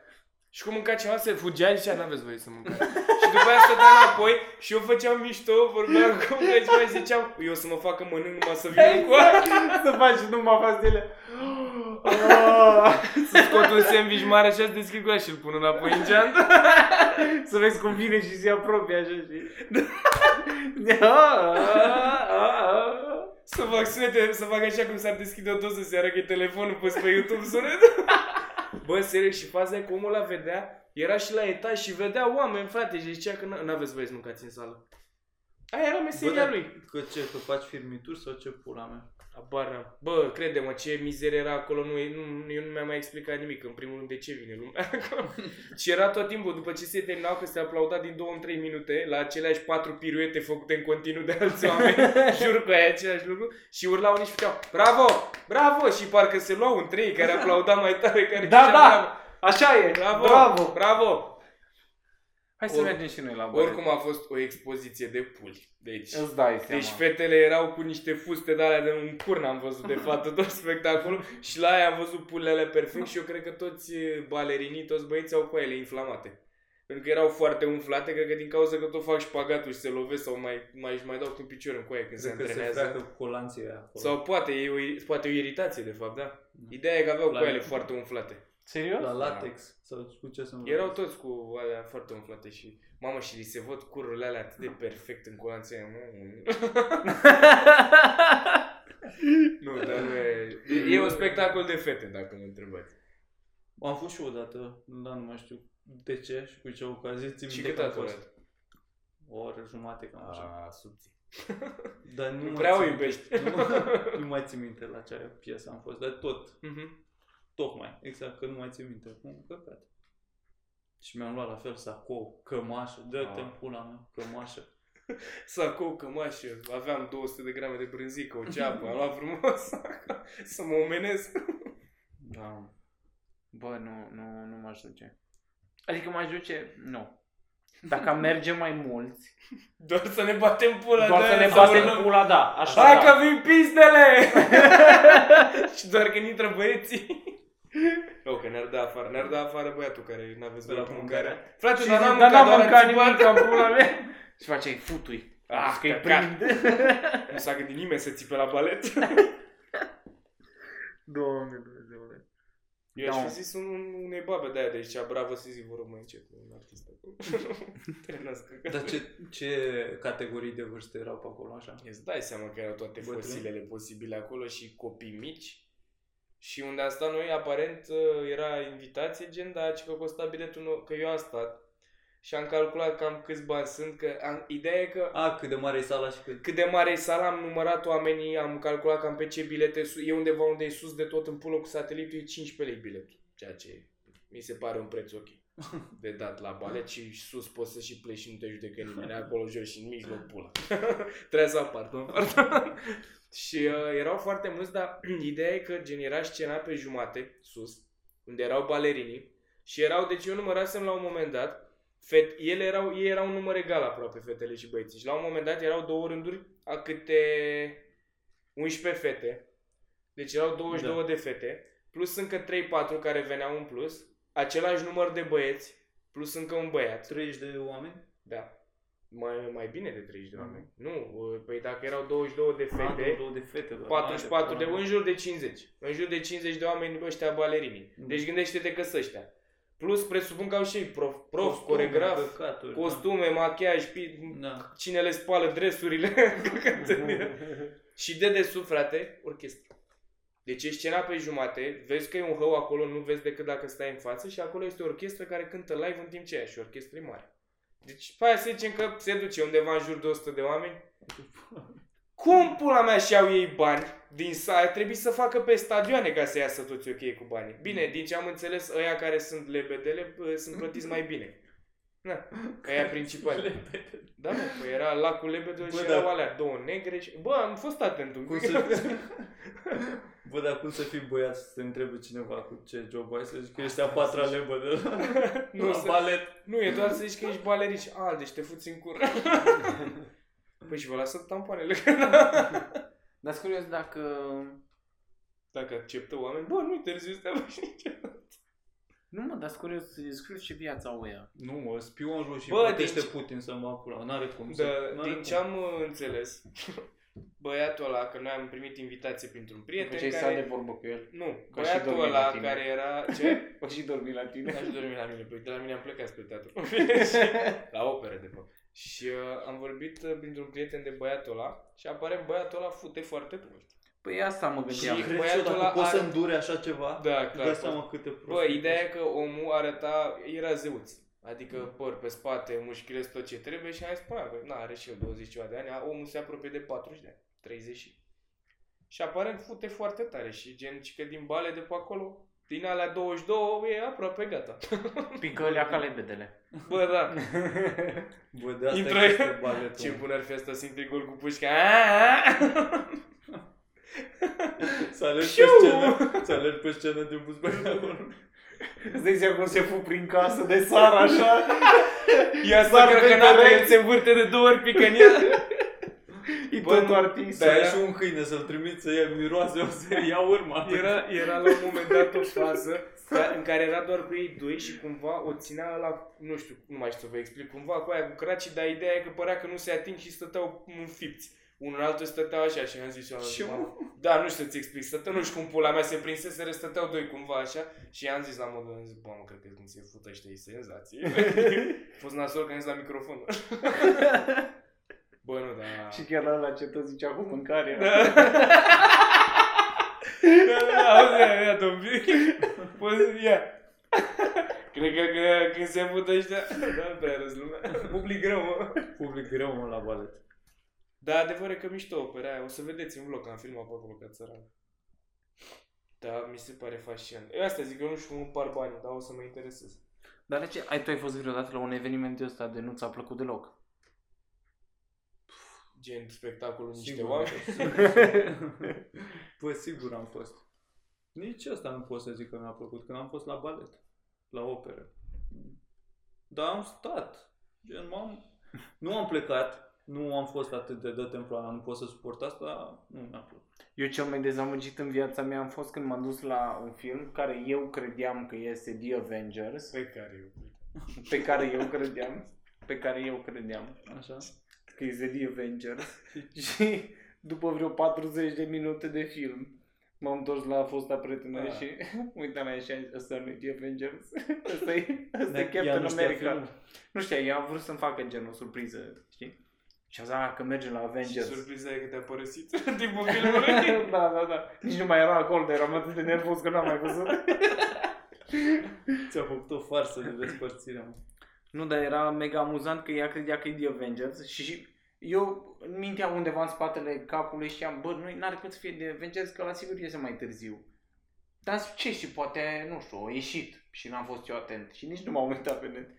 Speaker 2: Și cum mânca ceva, se fugea și zicea, n-aveți voie să mâncați. și după aia stătea înapoi și eu făceam mișto, vorbeam cu mânca ceva și ziceam, eu o să mă facă mănânc numai să vin cu
Speaker 3: [laughs] Să faci numai Ah! față de ele.
Speaker 2: Să scot un sandwich mare așa, să deschid gura și îl pun înapoi în geantă.
Speaker 3: Să vezi cum vine și [laughs] Da, se apropie așa și...
Speaker 2: Să fac sunete, să fac așa cum s-ar deschide o doză, se arăgă telefonul pus pe YouTube sunet. Bă, serios, și faza e că omul ăla vedea, era și la etaj și vedea oameni, frate, și zicea că n- n-aveți voie să mâncați în sală. Aia era
Speaker 4: Bă,
Speaker 2: meseria
Speaker 4: dar-
Speaker 2: lui.
Speaker 4: Că ce, că faci firmituri sau ce pula mea?
Speaker 2: Abar n-am. Bă, crede-mă, ce mizerie era acolo, nu, nu, eu nu mi-am mai explicat nimic, în primul rând, de ce vine lumea [laughs] acolo. și era tot timpul, după ce se terminau, că se aplauda din 2 în 3 minute, la aceleași patru piruete făcute în continuu de alți
Speaker 3: [laughs]
Speaker 2: oameni, jur că e același lucru, și urlau unii și făceau, bravo, bravo, și parcă se luau un trei care aplauda mai tare, care
Speaker 3: Da,
Speaker 2: zicea,
Speaker 3: da! Așa e!
Speaker 2: bravo, bravo,
Speaker 3: Bravo!
Speaker 2: bravo.
Speaker 3: Hai să
Speaker 2: Or-
Speaker 3: mergem și noi la băie.
Speaker 2: Oricum a fost o expoziție de puli, deci...
Speaker 3: Îți dai seama.
Speaker 2: Deci fetele erau cu niște fuste de alea de un curn am văzut de fapt tot spectacolul [laughs] și la aia am văzut pulele perfect și eu cred că toți eh, balerinii, toți băieții au coaiele inflamate. Pentru că erau foarte umflate, cred că din cauza că tot fac șpagatul și se lovesc sau mai, mai, își mai dau cu un picior în coaie când se
Speaker 4: Cred că se
Speaker 2: antrenează.
Speaker 4: freacă colanții aia acolo.
Speaker 2: sau poate e, o, poate e o iritație de fapt, da?
Speaker 4: Da.
Speaker 2: Ideea e că aveau
Speaker 4: La-
Speaker 2: coaiele foarte umflate.
Speaker 3: Serios? [laughs]
Speaker 4: La latex. Sau cu ce sunt?
Speaker 2: Erau toți cu alea foarte umflate și mamă și li se văd cururile alea atât
Speaker 4: Da.
Speaker 2: de perfect în colanția aia, mă. Nu, dar nu e...
Speaker 3: Mm.
Speaker 2: e- E un spectacol de fete, dacă mă întrebați.
Speaker 4: Am fost și eu odată, dar nu mai știu de ce și cu ce ocazie. Țin
Speaker 2: Și
Speaker 4: minte
Speaker 2: cât
Speaker 4: că
Speaker 2: a
Speaker 4: am fost
Speaker 2: durat?
Speaker 4: O oră jumate cam așa.
Speaker 2: A, subții.
Speaker 4: Dar nu,
Speaker 2: Nu
Speaker 4: mai
Speaker 2: prea
Speaker 4: țin
Speaker 2: o
Speaker 4: minte.
Speaker 2: iubești.
Speaker 4: [laughs] Nu, mă- nu mai țin minte la ce piesă am fost, dar tot,
Speaker 2: Mhm.
Speaker 4: tocmai, exact, că nu mai țin minte. Cum căcat. Și mi-am luat la fel sacou, cămașă, dă-te în
Speaker 2: Ah.
Speaker 4: pula mea,
Speaker 2: [laughs]
Speaker 4: cămașă.
Speaker 2: Sacou, cămașă, aveam 200 de grame de brânzică, o ceapă, am luat frumos [laughs] să mă omenesc.
Speaker 3: Da. Bă, nu, nu, nu m-aș duce. Adică m-aș duce, nu. [laughs] Dacă am merge mai mulți,
Speaker 2: Doar să ne batem pula,
Speaker 3: doar
Speaker 2: da,
Speaker 3: să ne
Speaker 2: sau
Speaker 3: batem
Speaker 2: urlăm.
Speaker 3: pula, da, așa
Speaker 2: Hai
Speaker 3: [laughs] da.
Speaker 2: că [laughs] vin pizdele! și doar când intră băieții. Nu, că ne-ar da afară, ne-ar da afară băiatul care n-aveți
Speaker 4: De
Speaker 2: la
Speaker 4: la
Speaker 2: mâncare. Frate,
Speaker 3: Și
Speaker 2: dar
Speaker 3: zic,
Speaker 2: n-am mâncat,
Speaker 3: dar n-am
Speaker 2: doar am
Speaker 3: mâncat
Speaker 2: țipat.
Speaker 3: nimic, am pula
Speaker 2: [laughs]
Speaker 3: mea. Și face, ai futui. Ah, că-i
Speaker 2: căcat. [laughs]
Speaker 3: prind.
Speaker 2: Nu s-a gândit nimeni să țipe la balet.
Speaker 3: Doamne Dumnezeule.
Speaker 2: Eu aș
Speaker 3: Da.
Speaker 2: fi zis un, un, unei babe de aia de aici, bravo să zic vorbă mai încet, un artist acolo.
Speaker 4: [laughs]
Speaker 2: Trenască.
Speaker 4: Dar ce, ce categorii de vârste erau pe acolo, așa?
Speaker 2: Îți dai seama că erau toate
Speaker 4: Bătrâni.
Speaker 2: fosilele posibile acolo și copii mici. Și unde am stat noi, aparent, ă, era invitație, gen, dar ci că costa biletul, nou- că eu am stat. Și am calculat cam câți bani sunt, că am, ideea e că
Speaker 4: A, cât de mare e sala și cât...
Speaker 2: cât de mare e sala, am numărat oamenii, am calculat cam pe ce bilete, su- e undeva unde e sus de tot în pulă cu satelitul, e 15 lei biletul, ceea ce mi se pare un preț ok de dat la balet și sus poți să și pleci și nu te judecă nimeni, acolo jos și în mijloc pula. [laughs] Trebuie să apar, nu? și uh, erau foarte mulți, dar [clears throat] ideea e că gen era scena pe jumate, sus, unde erau balerinii și erau, deci eu numărasem la un moment dat, Fet, ele erau, ei erau un număr egal aproape, fetele și băieții. Și la un moment dat erau două rânduri a câte 11 fete. Deci erau 22 da. de fete, plus încă 3-4 care veneau în plus, același număr de băieți, plus încă un băiat.
Speaker 4: 30 de oameni?
Speaker 2: Da. Mai, mai bine de 30 de oameni. Nu, uh, păi dacă erau 22 de
Speaker 4: A, două-
Speaker 2: fete,
Speaker 4: două de fete. doar.
Speaker 2: 44 de,
Speaker 4: Haide, pula
Speaker 2: în
Speaker 4: mea.
Speaker 2: jur de 50. În jur de 50 de oameni ăștia balerinii.
Speaker 4: Mm.
Speaker 2: Deci gândește-te că sunt ăștia. Plus presupun că au și ei prof, prof
Speaker 4: Costume,
Speaker 2: coregraf,
Speaker 4: căcaturi, da.
Speaker 2: costume, machiaj, pi-
Speaker 4: Da.
Speaker 2: cine le spală dresurile. [laughs]
Speaker 3: Da.
Speaker 2: și de desubt, frate, orchestră. Deci e scena pe jumate, vezi că e un hău acolo, nu vezi decât dacă stai în față și acolo este o orchestră care cântă live în timp ce e aia și orchestra e mare. Deci pe aia să zicem că se duce undeva în jur de 100 de oameni. Cum pula mea și au ei bani din sală? Trebuie să facă pe stadioane ca să iasă toți ok cu banii. Bine, din ce am înțeles, ăia care sunt lebedele bă, sunt plătiți mai bine. Na, ăia principali. Da, mă, păi era lacul Lebedo
Speaker 4: Bă,
Speaker 2: și
Speaker 4: da.
Speaker 2: erau alea două negre și... Bă, am fost atent un
Speaker 4: Cum
Speaker 2: pic.
Speaker 4: să... [laughs] Bă, dar cum să fii băiat să te întrebe cineva cu ce job ai, să zici că ești a patra lebă de [laughs] la,
Speaker 2: [laughs] nu,
Speaker 4: la
Speaker 2: să...
Speaker 4: balet.
Speaker 2: nu, e doar să zici că ești balerin și... A, deci te fuți în
Speaker 3: [laughs]
Speaker 2: cură. păi și vă lasă tampoanele.
Speaker 3: [laughs] Dar sunt curios dacă...
Speaker 2: Dacă acceptă oameni, bă, nu interziu să te apuci nici.
Speaker 3: Nu mă, dar sunt curios, sunt curios ce viața o ia.
Speaker 4: Nu mă, spion rus și
Speaker 2: Bă,
Speaker 4: plătește
Speaker 2: deci-
Speaker 4: Putin să mă apura, n-are cum să...
Speaker 2: Da,
Speaker 4: n-are
Speaker 2: din
Speaker 4: cum.
Speaker 2: ce am uh, înțeles, băiatul ăla, că noi am primit invitație printr-un prieten
Speaker 3: Prieten care... de
Speaker 2: care...
Speaker 3: vorbă cu
Speaker 2: [laughs]
Speaker 3: el.
Speaker 2: Nu,
Speaker 3: Că și
Speaker 2: băiatul
Speaker 3: dormi la
Speaker 2: ăla
Speaker 3: tine.
Speaker 2: care era... Ce?
Speaker 3: O și dormi la tine.
Speaker 4: [laughs]
Speaker 2: N-aș dormi la mine, păi de la mine am plecat spre teatru. la operă, de fapt. Și uh, am vorbit uh, printr-un prieten de băiatul ăla și apare băiatul ăla fute foarte prost.
Speaker 3: Păi asta mă gândeam.
Speaker 2: Și-
Speaker 4: Cred
Speaker 2: băiatul
Speaker 4: eu,
Speaker 2: ăla
Speaker 4: dacă poți
Speaker 2: are-
Speaker 4: să îndure așa ceva,
Speaker 2: Da,
Speaker 4: îți dai
Speaker 2: clar.
Speaker 4: seama câte prost.
Speaker 2: Bă, ideea e că omul arăta, era zeuț. Adică
Speaker 4: Mm.
Speaker 2: păr pe spate, mușchile, tot ce trebuie și am zis, păi, bă, na, are și eu 20 ceva de ani, a- omul se apropie de 40 de ani, 30 și... Și aparent fute foarte tare și gen, și că din bale de pe acolo, din alea 22 e aproape gata.
Speaker 3: Pică alea ca lebedele.
Speaker 2: Bă, da,
Speaker 4: Bă, de asta
Speaker 2: Intră-
Speaker 4: Intră... este baletul.
Speaker 2: ce
Speaker 4: mă.
Speaker 2: bun ar fi asta să intri gol cu pușca. [laughs] Aaaa!
Speaker 4: Să alergi pe
Speaker 2: Șiu!
Speaker 4: scenă, să alergi pe scenă de
Speaker 2: [laughs]
Speaker 4: buzbăi acolo.
Speaker 3: Îți dai seama cum se fug prin casă de sară așa?
Speaker 2: Ia să
Speaker 3: Sară
Speaker 2: cred că
Speaker 3: pe
Speaker 2: n-a
Speaker 3: pereți.
Speaker 2: el se învârte de două ori pică în ea.
Speaker 3: [laughs] E
Speaker 2: Bă,
Speaker 3: tot
Speaker 2: nu.
Speaker 3: artist.
Speaker 4: Să
Speaker 2: Da,
Speaker 4: ai și un câine să-l trimiți să ia miroase o să ia urma.
Speaker 2: Era, era la un moment dat o fază ca- în care era doar cu ei doi și cumva o ținea la, nu știu, nu mai știu să vă explic, cumva cu aia cu cracii, dar ideea e că părea că nu se ating și stăteau înfipți. Unul altul stăteau așa și am zis eu, am zis,
Speaker 4: Ce
Speaker 2: "Mamă, da, nu știu să-ți explic, stăteau, nu știu cum pula mea se prinseseră, stăteau doi cumva așa și am zis la modul, am zis, bă, mă, cred că cum se fută ăștia, e [laughs] senzație. A fost nasol că am zis la [laughs] microfon. bă, nu, da.
Speaker 3: Și chiar ăla ce tot zicea cu mâncare.
Speaker 2: Auzi, ia, ia, domnul. Poți, ia. Cred că, că când se mută ăștia, da, nu prea râs lumea. Public greu, mă.
Speaker 4: Public greu mă la balet.
Speaker 2: Da, adevăr e că mișto opera aia. O să vedeți în vlog, că am filmat pe acolo ca țăran. Da, mi se pare fascinant. Eu asta zic, eu nu știu cum par banii, dar o să mă interesez.
Speaker 3: Dar de ce? Ai, tu ai fost vreodată la un eveniment de ăsta de nu ți-a plăcut deloc?
Speaker 2: Gen spectacolul niște
Speaker 4: Sigur. [laughs]
Speaker 2: oameni.
Speaker 4: Bă, sigur am fost. Nici asta nu pot să zic că mi-a plăcut, când am fost la balet, la operă. Dar am stat. Gen, m-am... Nu am plecat, nu am fost atât de dat în plana, nu pot să suport asta, nu mi-a plăcut.
Speaker 3: Eu cel mai dezamăgit în viața mea am fost când m-am dus la un film care eu credeam că este The Avengers,
Speaker 2: Pe care eu.
Speaker 3: pe care eu credeam, pe care eu credeam
Speaker 4: Așa?
Speaker 3: că este The Avengers [laughs] și după vreo 40 de minute de film m-am întors la fosta prietenă
Speaker 4: Ah.
Speaker 3: și [laughs] uitam la ea și am zis, ăsta nu e The Avengers, [laughs] ăsta e, ăsta e
Speaker 4: Da, Ea
Speaker 3: Captain
Speaker 4: nu știa
Speaker 3: America.
Speaker 4: filmul.
Speaker 3: Nu știa, ea a vrut să-mi facă gen o surpriză, știi? Și a zis, "Ah, că mergem la
Speaker 2: Și
Speaker 3: Avengers.
Speaker 2: surpriza e că te-a părăsit [laughs] timpul filmului.
Speaker 3: [laughs] da, da, da. Nici nu mai era acolo, dar eram atât de nervos că n-am mai văzut.
Speaker 4: Ți-a făcut o farsă de despărțire, mă.
Speaker 3: Nu, dar era mega amuzant că ea credea că e The Avengers și eu în mintea undeva în spatele capului știam, bă, nu n-ar putea să fie The Avengers, că la sigur iese mai târziu. Dar zic, ce și poate, nu știu, a ieșit și n-am fost eu atent și nici nu m-am uitat pe net.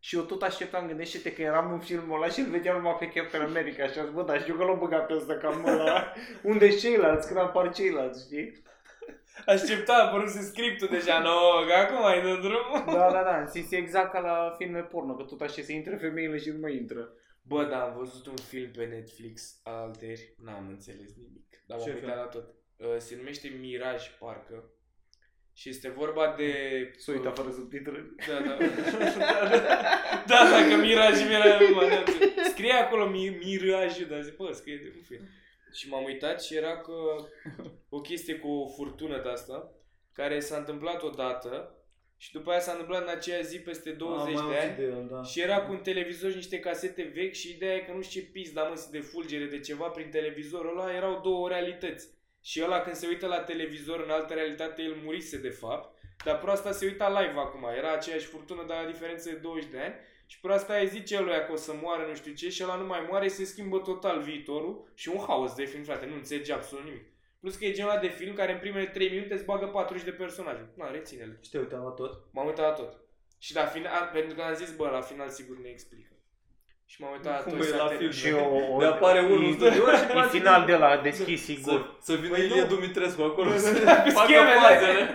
Speaker 3: Și eu tot așteptam, gândește-te că eram în filmul ăla și îl vedeam numai pe Captain America și am zis, bă, dar știu că l-au băgat pe ăsta cam [laughs] ăla. Unde ceilalți, când apar ceilalți, știi?
Speaker 2: Aștepta, a apărut scriptul deja, no, că acum ai dat drumul.
Speaker 3: Da, da, da, am zis exact ca la filme porno, că tot așa se intră femeile și nu mai intră.
Speaker 2: Bă, dar am văzut un film pe Netflix alteri, n-am înțeles nimic. Dar m-am
Speaker 4: Ce
Speaker 2: uitat
Speaker 4: film?
Speaker 2: la tot. Uh, Se numește Miraj, parcă. Și este vorba de... uh,
Speaker 3: Se uita fără subtitrări.
Speaker 2: Da, da. [laughs] da, da, că Miraj mi-era... mă, da, da. Scrie acolo Mi- Miraj, dar zic, bă, scrie de un film. Și m-am uitat și era că o chestie cu o furtună de asta, care s-a întâmplat odată și după aia s-a întâmplat în aceea zi peste 20
Speaker 4: Am mai
Speaker 2: de ani.
Speaker 4: auzit de el, da.
Speaker 2: Și era cu un televizor și niște casete vechi și ideea e că nu știu ce pizda mă, de fulgere de ceva prin televizorul ăla, erau două realități. Și ăla când se uită la televizor în altă realitate, el murise de fapt, dar proasta se uita live acum, era aceeași furtună, dar la diferență de 20 de ani. Și proasta îi zice lui că o să moară nu știu ce și ăla nu mai moare, se schimbă total viitorul și un haos de film, frate, nu înțelege absolut nimic. Plus că e genul ăla de film care în primele 3 minute îți bagă 40 de personaje. Na, reține-le.
Speaker 4: Și te uitam la tot?
Speaker 2: M-am uitat la tot. Și la final, pentru că am zis, bă, la final sigur ne explică. Și m-am uitat la
Speaker 4: Cum
Speaker 2: tot.
Speaker 4: e
Speaker 2: și
Speaker 4: la
Speaker 2: atent.
Speaker 4: film?
Speaker 3: Și o, o
Speaker 4: De apare unul în studio
Speaker 3: [laughs]
Speaker 4: și
Speaker 3: E
Speaker 4: face-
Speaker 3: final de la deschis, sigur.
Speaker 4: Să, să vină
Speaker 2: Păi
Speaker 4: Ilie
Speaker 2: nu.
Speaker 4: Dumitrescu acolo
Speaker 3: [laughs]
Speaker 2: Da,
Speaker 4: să
Speaker 2: da, da, pe
Speaker 4: facă
Speaker 2: schemele.
Speaker 4: fazele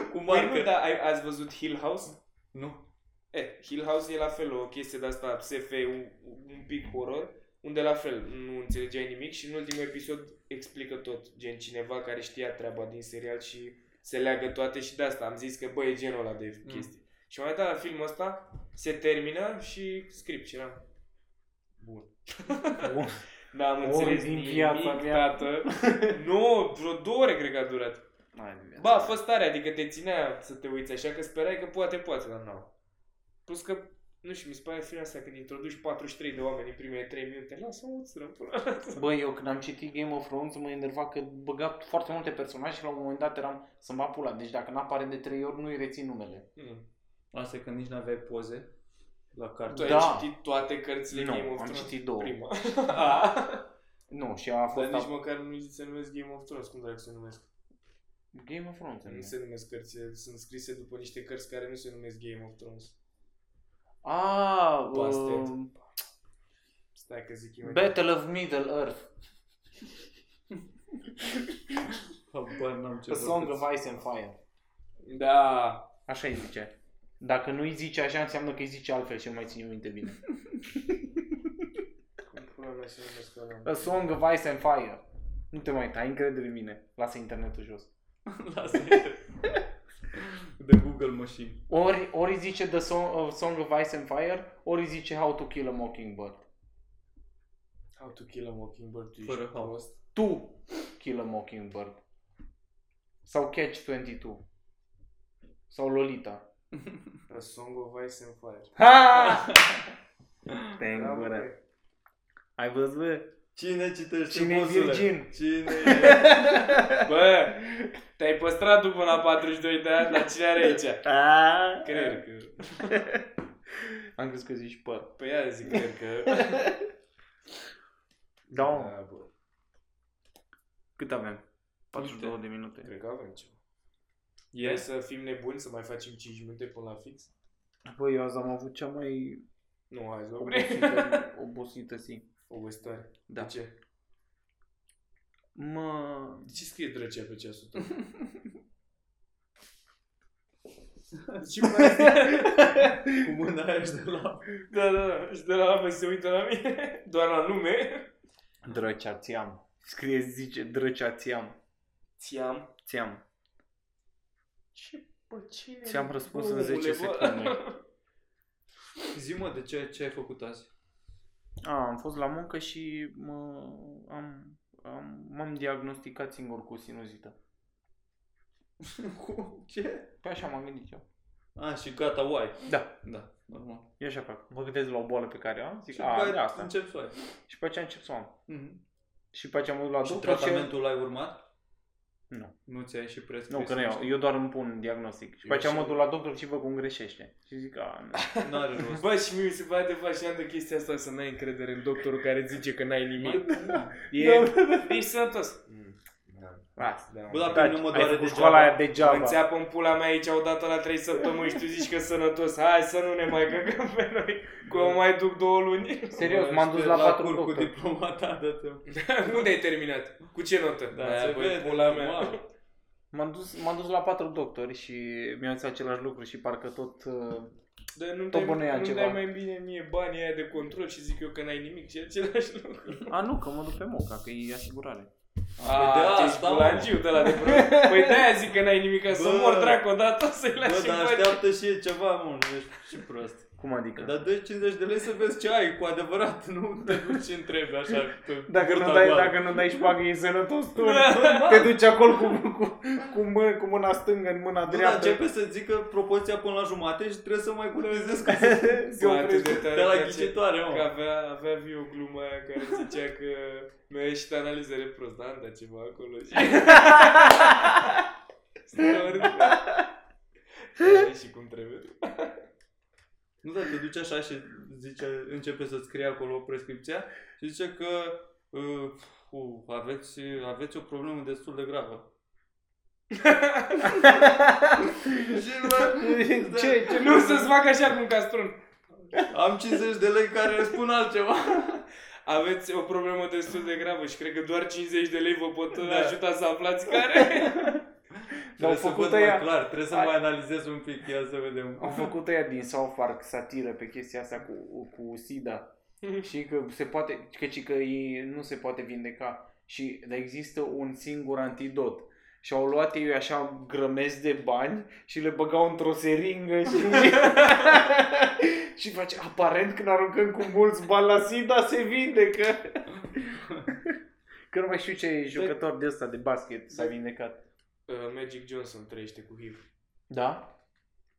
Speaker 4: cu
Speaker 2: Păi nu,
Speaker 4: marcă.
Speaker 2: dar ai, ați văzut Hill House?
Speaker 4: Nu.
Speaker 2: Eh, Hill House e la fel o chestie de asta SF un, un pic horror, unde la fel nu înțelegeai nimic și în ultimul episod explică tot, gen cineva care știa treaba din serial și se leagă toate și de asta am zis că bă, e genul ăla de
Speaker 4: Mm.
Speaker 2: chestii. Și m-am uitat la filmul ăsta, se termină și script și era bun. N-am
Speaker 3: Ori
Speaker 2: înțeles
Speaker 3: din
Speaker 2: nimic,
Speaker 3: viața mea.
Speaker 2: tată. [laughs] nu, vreo două ore cred că a durat. Ba, a fost tare, adică te ținea să te uiți așa că sperai că poate, poate, dar nu. Plus că Nu știu, mi se pare fira asta când introduci 43 de oameni în primele 3 minute. Lasă-mă, țără, [laughs] până la
Speaker 3: Bă, eu când am citit Game of Thrones mă enerva că băga foarte multe personaje și la un moment dat eram să-mi va pula. Deci dacă n-apare de trei ori, nu-i rețin numele.
Speaker 4: Asta e că nici n-aveai poze la
Speaker 2: Tu
Speaker 4: carte.
Speaker 2: ai
Speaker 3: Da.
Speaker 2: citit toate cărțile
Speaker 3: Nu,
Speaker 2: Game of
Speaker 3: am
Speaker 2: Thrones?
Speaker 3: citit două. [laughs]
Speaker 2: Prima. Da.
Speaker 3: Nu, și a
Speaker 2: Dar
Speaker 3: fost...
Speaker 2: nici
Speaker 3: A...
Speaker 2: măcar nu se numesc Game of Thrones, cum dracu se numesc?
Speaker 3: Game of Thrones.
Speaker 2: Nu
Speaker 3: nu.
Speaker 2: se numesc cărțile, sunt scrise după niște cărți care nu se numesc Game of Thrones.
Speaker 3: A,
Speaker 2: Bastard.
Speaker 3: uh,
Speaker 2: Stai că zic eu.
Speaker 3: Battle of Middle Earth.
Speaker 4: Habar n-am ce
Speaker 3: A Song of
Speaker 4: vorbiți.
Speaker 3: Ice and Fire.
Speaker 2: Da.
Speaker 3: Așa îi zice. Dacă nu îi zice așa, înseamnă că îi zice altfel și nu mai ține minte bine.
Speaker 2: Cum pula mea se numesc ăla?
Speaker 3: A Song of Ice and Fire. Nu te mai uita, ai încredere în mine. Lasă internetul jos.
Speaker 4: [laughs] Lasă. De Google Machine.
Speaker 3: Ori, ori îi zice The Song of, Song of Ice and Fire, ori îi zice How to Kill a Mockingbird.
Speaker 2: How to kill a mockingbird, tu
Speaker 4: Fără
Speaker 2: ești
Speaker 4: how.
Speaker 2: prost.
Speaker 3: To Kill a Mockingbird. Sau Catch 22. Sau Lolita.
Speaker 2: A Song of Ice and Fire.
Speaker 3: Ha! Te
Speaker 2: Da, bă,
Speaker 3: îngură. Ai văzut, bă?
Speaker 4: Cine citește
Speaker 3: Cine e
Speaker 4: buzele?
Speaker 3: virgin? [laughs]
Speaker 4: Cine e?
Speaker 2: Bă, te-ai păstrat tu până la 42 de ani, la cine are aici?
Speaker 3: Ah!
Speaker 2: Cred că...
Speaker 3: Am crezut că zici păr.
Speaker 2: Păi ia zic, cred că...
Speaker 3: Da, mă.
Speaker 2: Da, bă.
Speaker 3: Cât avem?
Speaker 4: 42
Speaker 3: de minute.
Speaker 2: Cred că avem ceva.
Speaker 4: e?
Speaker 2: Vrei să fim nebuni, să mai facem 5 minute până la fix?
Speaker 3: Băi, eu azi am avut cea mai
Speaker 2: Nu, hai să
Speaker 3: obosită, obosită zi.
Speaker 2: Obositoare.
Speaker 3: Da.
Speaker 2: De ce?
Speaker 3: Mă... [laughs]
Speaker 2: De ce scrie drăcea pe ceasul [laughs] tău? Ce
Speaker 4: Cu mâna aia și de la...
Speaker 2: Da, da, da. Și de la apă se uită la mine. Doar la nume.
Speaker 3: Drăcea țiam. Scrie, zice, drăcea țiam.
Speaker 2: Ți-am.
Speaker 3: Țiam.
Speaker 2: Ce, bă, cine?
Speaker 3: Ți-am răspuns în
Speaker 2: Omule,
Speaker 3: 10
Speaker 2: bă.
Speaker 3: secunde.
Speaker 4: Zi mă, de ce, ce ai făcut azi?
Speaker 3: A, am fost la muncă și mă, am, am, m-am diagnosticat singur cu sinuzită.
Speaker 4: [laughs] Cu ce?
Speaker 3: Pe așa m-am gândit eu.
Speaker 4: A, și gata, uai.
Speaker 3: Da.
Speaker 4: Da, normal.
Speaker 3: Eu așa fac. Mă gândesc la o boală pe care o am, zic,
Speaker 4: Și
Speaker 3: a,
Speaker 4: după
Speaker 3: de
Speaker 4: aia
Speaker 3: asta.
Speaker 4: încep să o ai.
Speaker 3: Și pe aceea încep să o am.
Speaker 4: Mhm.
Speaker 3: Și pe aceea mă duc la
Speaker 4: Și
Speaker 3: doctor
Speaker 4: tratamentul l-ai urmat?
Speaker 3: Nu.
Speaker 4: Nu ți-ai și prescris?
Speaker 3: Nu, că nu eu, eu doar îmi pun diagnostic. Și pe
Speaker 4: Eu
Speaker 3: aceea
Speaker 4: și-
Speaker 3: mă duc la doctor și văd cum greșește. Și zic,
Speaker 4: [laughs]
Speaker 3: a,
Speaker 4: Da.
Speaker 3: nu.
Speaker 4: N-are rost.
Speaker 2: Bă, și mie mi se pare de fascinantă chestia asta să n-ai încredere în doctorul care îți zice că n-ai nimic. Mm. E, da, ești sănătos.
Speaker 3: Las.
Speaker 2: Da,
Speaker 4: Bă, dar pe
Speaker 3: Da,
Speaker 4: mine nu mă
Speaker 3: ai
Speaker 4: doare
Speaker 3: făcut
Speaker 4: degeaba.
Speaker 3: școala aia degeaba.
Speaker 2: Mă înțeapă în pula mea aici odată la 3 săptămâni și tu zici că sănătos. Hai să nu ne mai căcăm pe noi, că eu mai duc două [laughs] luni.
Speaker 3: Serios, m-am dus
Speaker 4: Ești
Speaker 3: la patru
Speaker 4: cur cu
Speaker 3: doctori.
Speaker 4: diploma ta de te
Speaker 2: Unde ai terminat? Cu ce notă?
Speaker 4: Da, se
Speaker 2: băi,
Speaker 4: vede.
Speaker 2: pula mea.
Speaker 4: wow.
Speaker 3: M-am dus, m-am dus la patru doctori și mi-au zis același lucru și parcă tot... Uh,
Speaker 2: Dar nu
Speaker 3: Tot
Speaker 2: dai,
Speaker 3: bănuia
Speaker 2: nu
Speaker 3: ceva.
Speaker 2: dai mai bine mie banii aia de control și zic eu că n-ai nimic și e același lucru.
Speaker 3: a, nu, că mă duc pe moca, că e asigurare.
Speaker 2: A,
Speaker 4: Păi de
Speaker 2: da, ești
Speaker 4: asta, mă.
Speaker 2: bulangiu de la de prost. Păi de-aia zic că n-ai nimic, ca să
Speaker 4: Bă.
Speaker 2: mor dracu odată, să-i
Speaker 4: Bă,
Speaker 2: lași în
Speaker 4: dar
Speaker 2: pace.
Speaker 4: așteaptă și e ceva, mă, nu ești și prost.
Speaker 3: Cum adică?
Speaker 4: Dar dai 50 de lei să vezi ce ai cu adevărat, [laughs] nu te duci și întrebi așa. Pe
Speaker 3: Dacă nu,
Speaker 4: burta
Speaker 3: dai,
Speaker 4: goală.
Speaker 3: dacă nu dai șpagă, e sănătos tu.
Speaker 4: Normal.
Speaker 3: Te duci acolo cu, cu, cu, mână, cu mâna stângă în mâna
Speaker 4: Nu, dar
Speaker 3: dreaptă.
Speaker 4: începe să zică proporția până la jumate și trebuie să mai curățesc ca
Speaker 3: [laughs]
Speaker 4: să
Speaker 3: Se
Speaker 2: Bă, atât
Speaker 3: oprește.
Speaker 2: de tare
Speaker 4: de la
Speaker 2: face.
Speaker 4: ghicitoare,
Speaker 2: Că
Speaker 4: mă.
Speaker 2: avea, avea viu gluma aia care zicea că mi-a ieșit analizele prost, dar am dat ceva acolo și... Extraordinar. Ai și cum trebuie.
Speaker 4: Nu, dar te duci așa și zice, începe să scrie acolo prescripția și zice că uh, uh, aveți, aveți o problemă destul de
Speaker 3: [laughs]
Speaker 4: gravă.
Speaker 3: [laughs]
Speaker 4: Și [laughs] mă-
Speaker 3: Ce, ce
Speaker 2: Nu să-ți fac așa cum castron.
Speaker 4: Am 50 de lei care spun
Speaker 3: [laughs]
Speaker 4: altceva.
Speaker 2: Aveți o problemă destul de gravă și cred că doar 50 de lei vă pot
Speaker 4: Da.
Speaker 2: ajuta să aflați care.
Speaker 4: [laughs] Trebuie să
Speaker 3: făcut
Speaker 4: văd
Speaker 3: ăia-
Speaker 4: mai clar, trebuie să
Speaker 3: Hai.
Speaker 4: mai analizez un pic, ia să vedem.
Speaker 3: Au făcut ăia din South Park satiră pe chestia asta cu, cu SIDA
Speaker 2: Mhm.
Speaker 3: și că se poate, că, și că ei nu se poate vindeca și dar există un singur antidot. Și au luat ei așa grămezi de bani și le băgau într-o seringă și,
Speaker 2: [laughs]
Speaker 3: și face, aparent când aruncăm cu mulți bani la SIDA se vindecă. Că nu mai știu ce
Speaker 2: Deci-
Speaker 3: jucător de ăsta de basket s-a vindecat.
Speaker 2: Uh, Magic Johnson trăiește cu HIV.
Speaker 3: Da?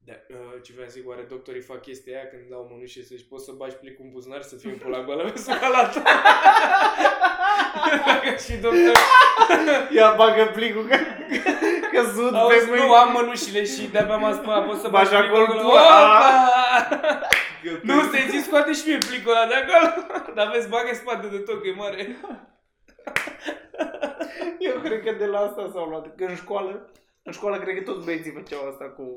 Speaker 2: Da, uh, ce vreau să zic, oare doctorii fac chestia aia când dau mânușe să zici, poți să bagi plicul în buzunar să fie în pula goală, [laughs] mi s-a calat. și doctor,
Speaker 3: Ia bagă plicul că, că zut
Speaker 2: auzi,
Speaker 3: pe
Speaker 2: nu
Speaker 3: mâini.
Speaker 2: am mânușile și de-abia m-a spălat, poți să
Speaker 3: Bagi
Speaker 2: bagi plicul
Speaker 3: acolo,
Speaker 2: acolo.
Speaker 3: pula.
Speaker 2: Opa!
Speaker 4: Că
Speaker 2: Nu, stai zi, scoate și mie plicul ăla de acolo. [laughs] Dar vezi, bagă în spate de tot, că e mare.
Speaker 3: [laughs] Eu cred că de la asta s-au luat. Că în școală, în școală cred că toți băieții făceau asta cu...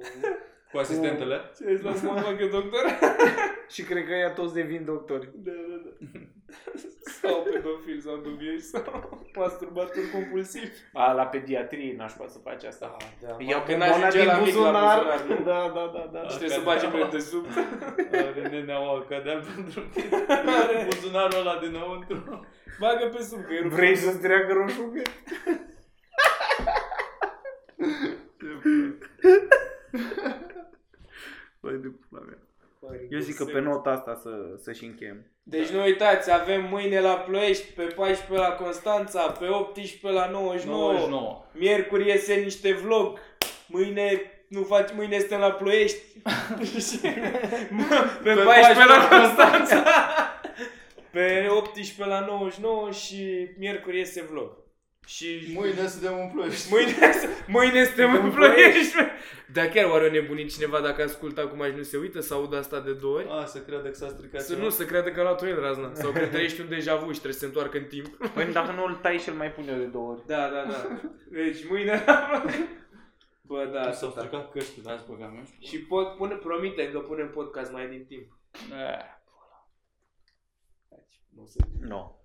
Speaker 4: Cu asistentele?
Speaker 2: [laughs] Ce ți las mama că
Speaker 3: [laughs]
Speaker 2: doctor?
Speaker 3: Și cred că ea toți devin doctori.
Speaker 2: Da, da, da. Sau pedofil, sau dubioși, sau masturbator compulsiv.
Speaker 3: A, la pediatrie n-aș putea să faci asta.
Speaker 2: da.
Speaker 3: Ia
Speaker 2: că
Speaker 3: că
Speaker 2: n-ajunge
Speaker 3: n-aș
Speaker 2: la
Speaker 3: din
Speaker 2: mic
Speaker 3: buzunar.
Speaker 2: la buzunar, nu?
Speaker 3: Da, da, da, da.
Speaker 2: Și trebuie să bagi pe desubt.
Speaker 4: Are nenea o cădea [laughs] pentru tine.
Speaker 2: Are.
Speaker 4: Buzunarul ăla dinăuntru.
Speaker 2: Bagă pe sub, că e rupt.
Speaker 3: Vrei să-ți treacă roșugă? [laughs] Băi, de pula mea. Eu zic că pe nota asta să, să-și încheiem.
Speaker 2: Deci nu uitați, avem mâine la Ploiești, pe 14 la Constanța, pe 18 la
Speaker 4: Deci
Speaker 2: 99.
Speaker 4: 99.
Speaker 2: Miercuri iese niște vlog. Mâine nu faci, mâine suntem la Ploiești. [laughs] pe 14 la Constanța. pe 18 la 99 și miercuri iese vlog.
Speaker 4: Deci
Speaker 2: Și
Speaker 5: Mâine suntem în ploiești.
Speaker 2: Mâine, [laughs] mâine suntem în
Speaker 3: în
Speaker 2: Ploiești. Dar chiar oare o nebunit cineva dacă ascultă acum și nu se uită să audă asta de două ori?
Speaker 4: A, să crede că s-a stricat
Speaker 2: Să
Speaker 4: ceva.
Speaker 2: nu, să creadă că a luat-o el razna. Sau că trăiești un deja vu și trebuie să se întoarcă în timp.
Speaker 3: Păi dacă nu îl tai și îl mai pun eu de două ori.
Speaker 2: Da, da, da. Deci mâine [laughs] Bă, da,
Speaker 4: S-au
Speaker 2: da.
Speaker 4: stricat căștile, azi băga mea.
Speaker 2: Și pot pune, promite că punem podcast mai din timp.
Speaker 4: Eh.
Speaker 2: Deci, nu o să
Speaker 3: Nu.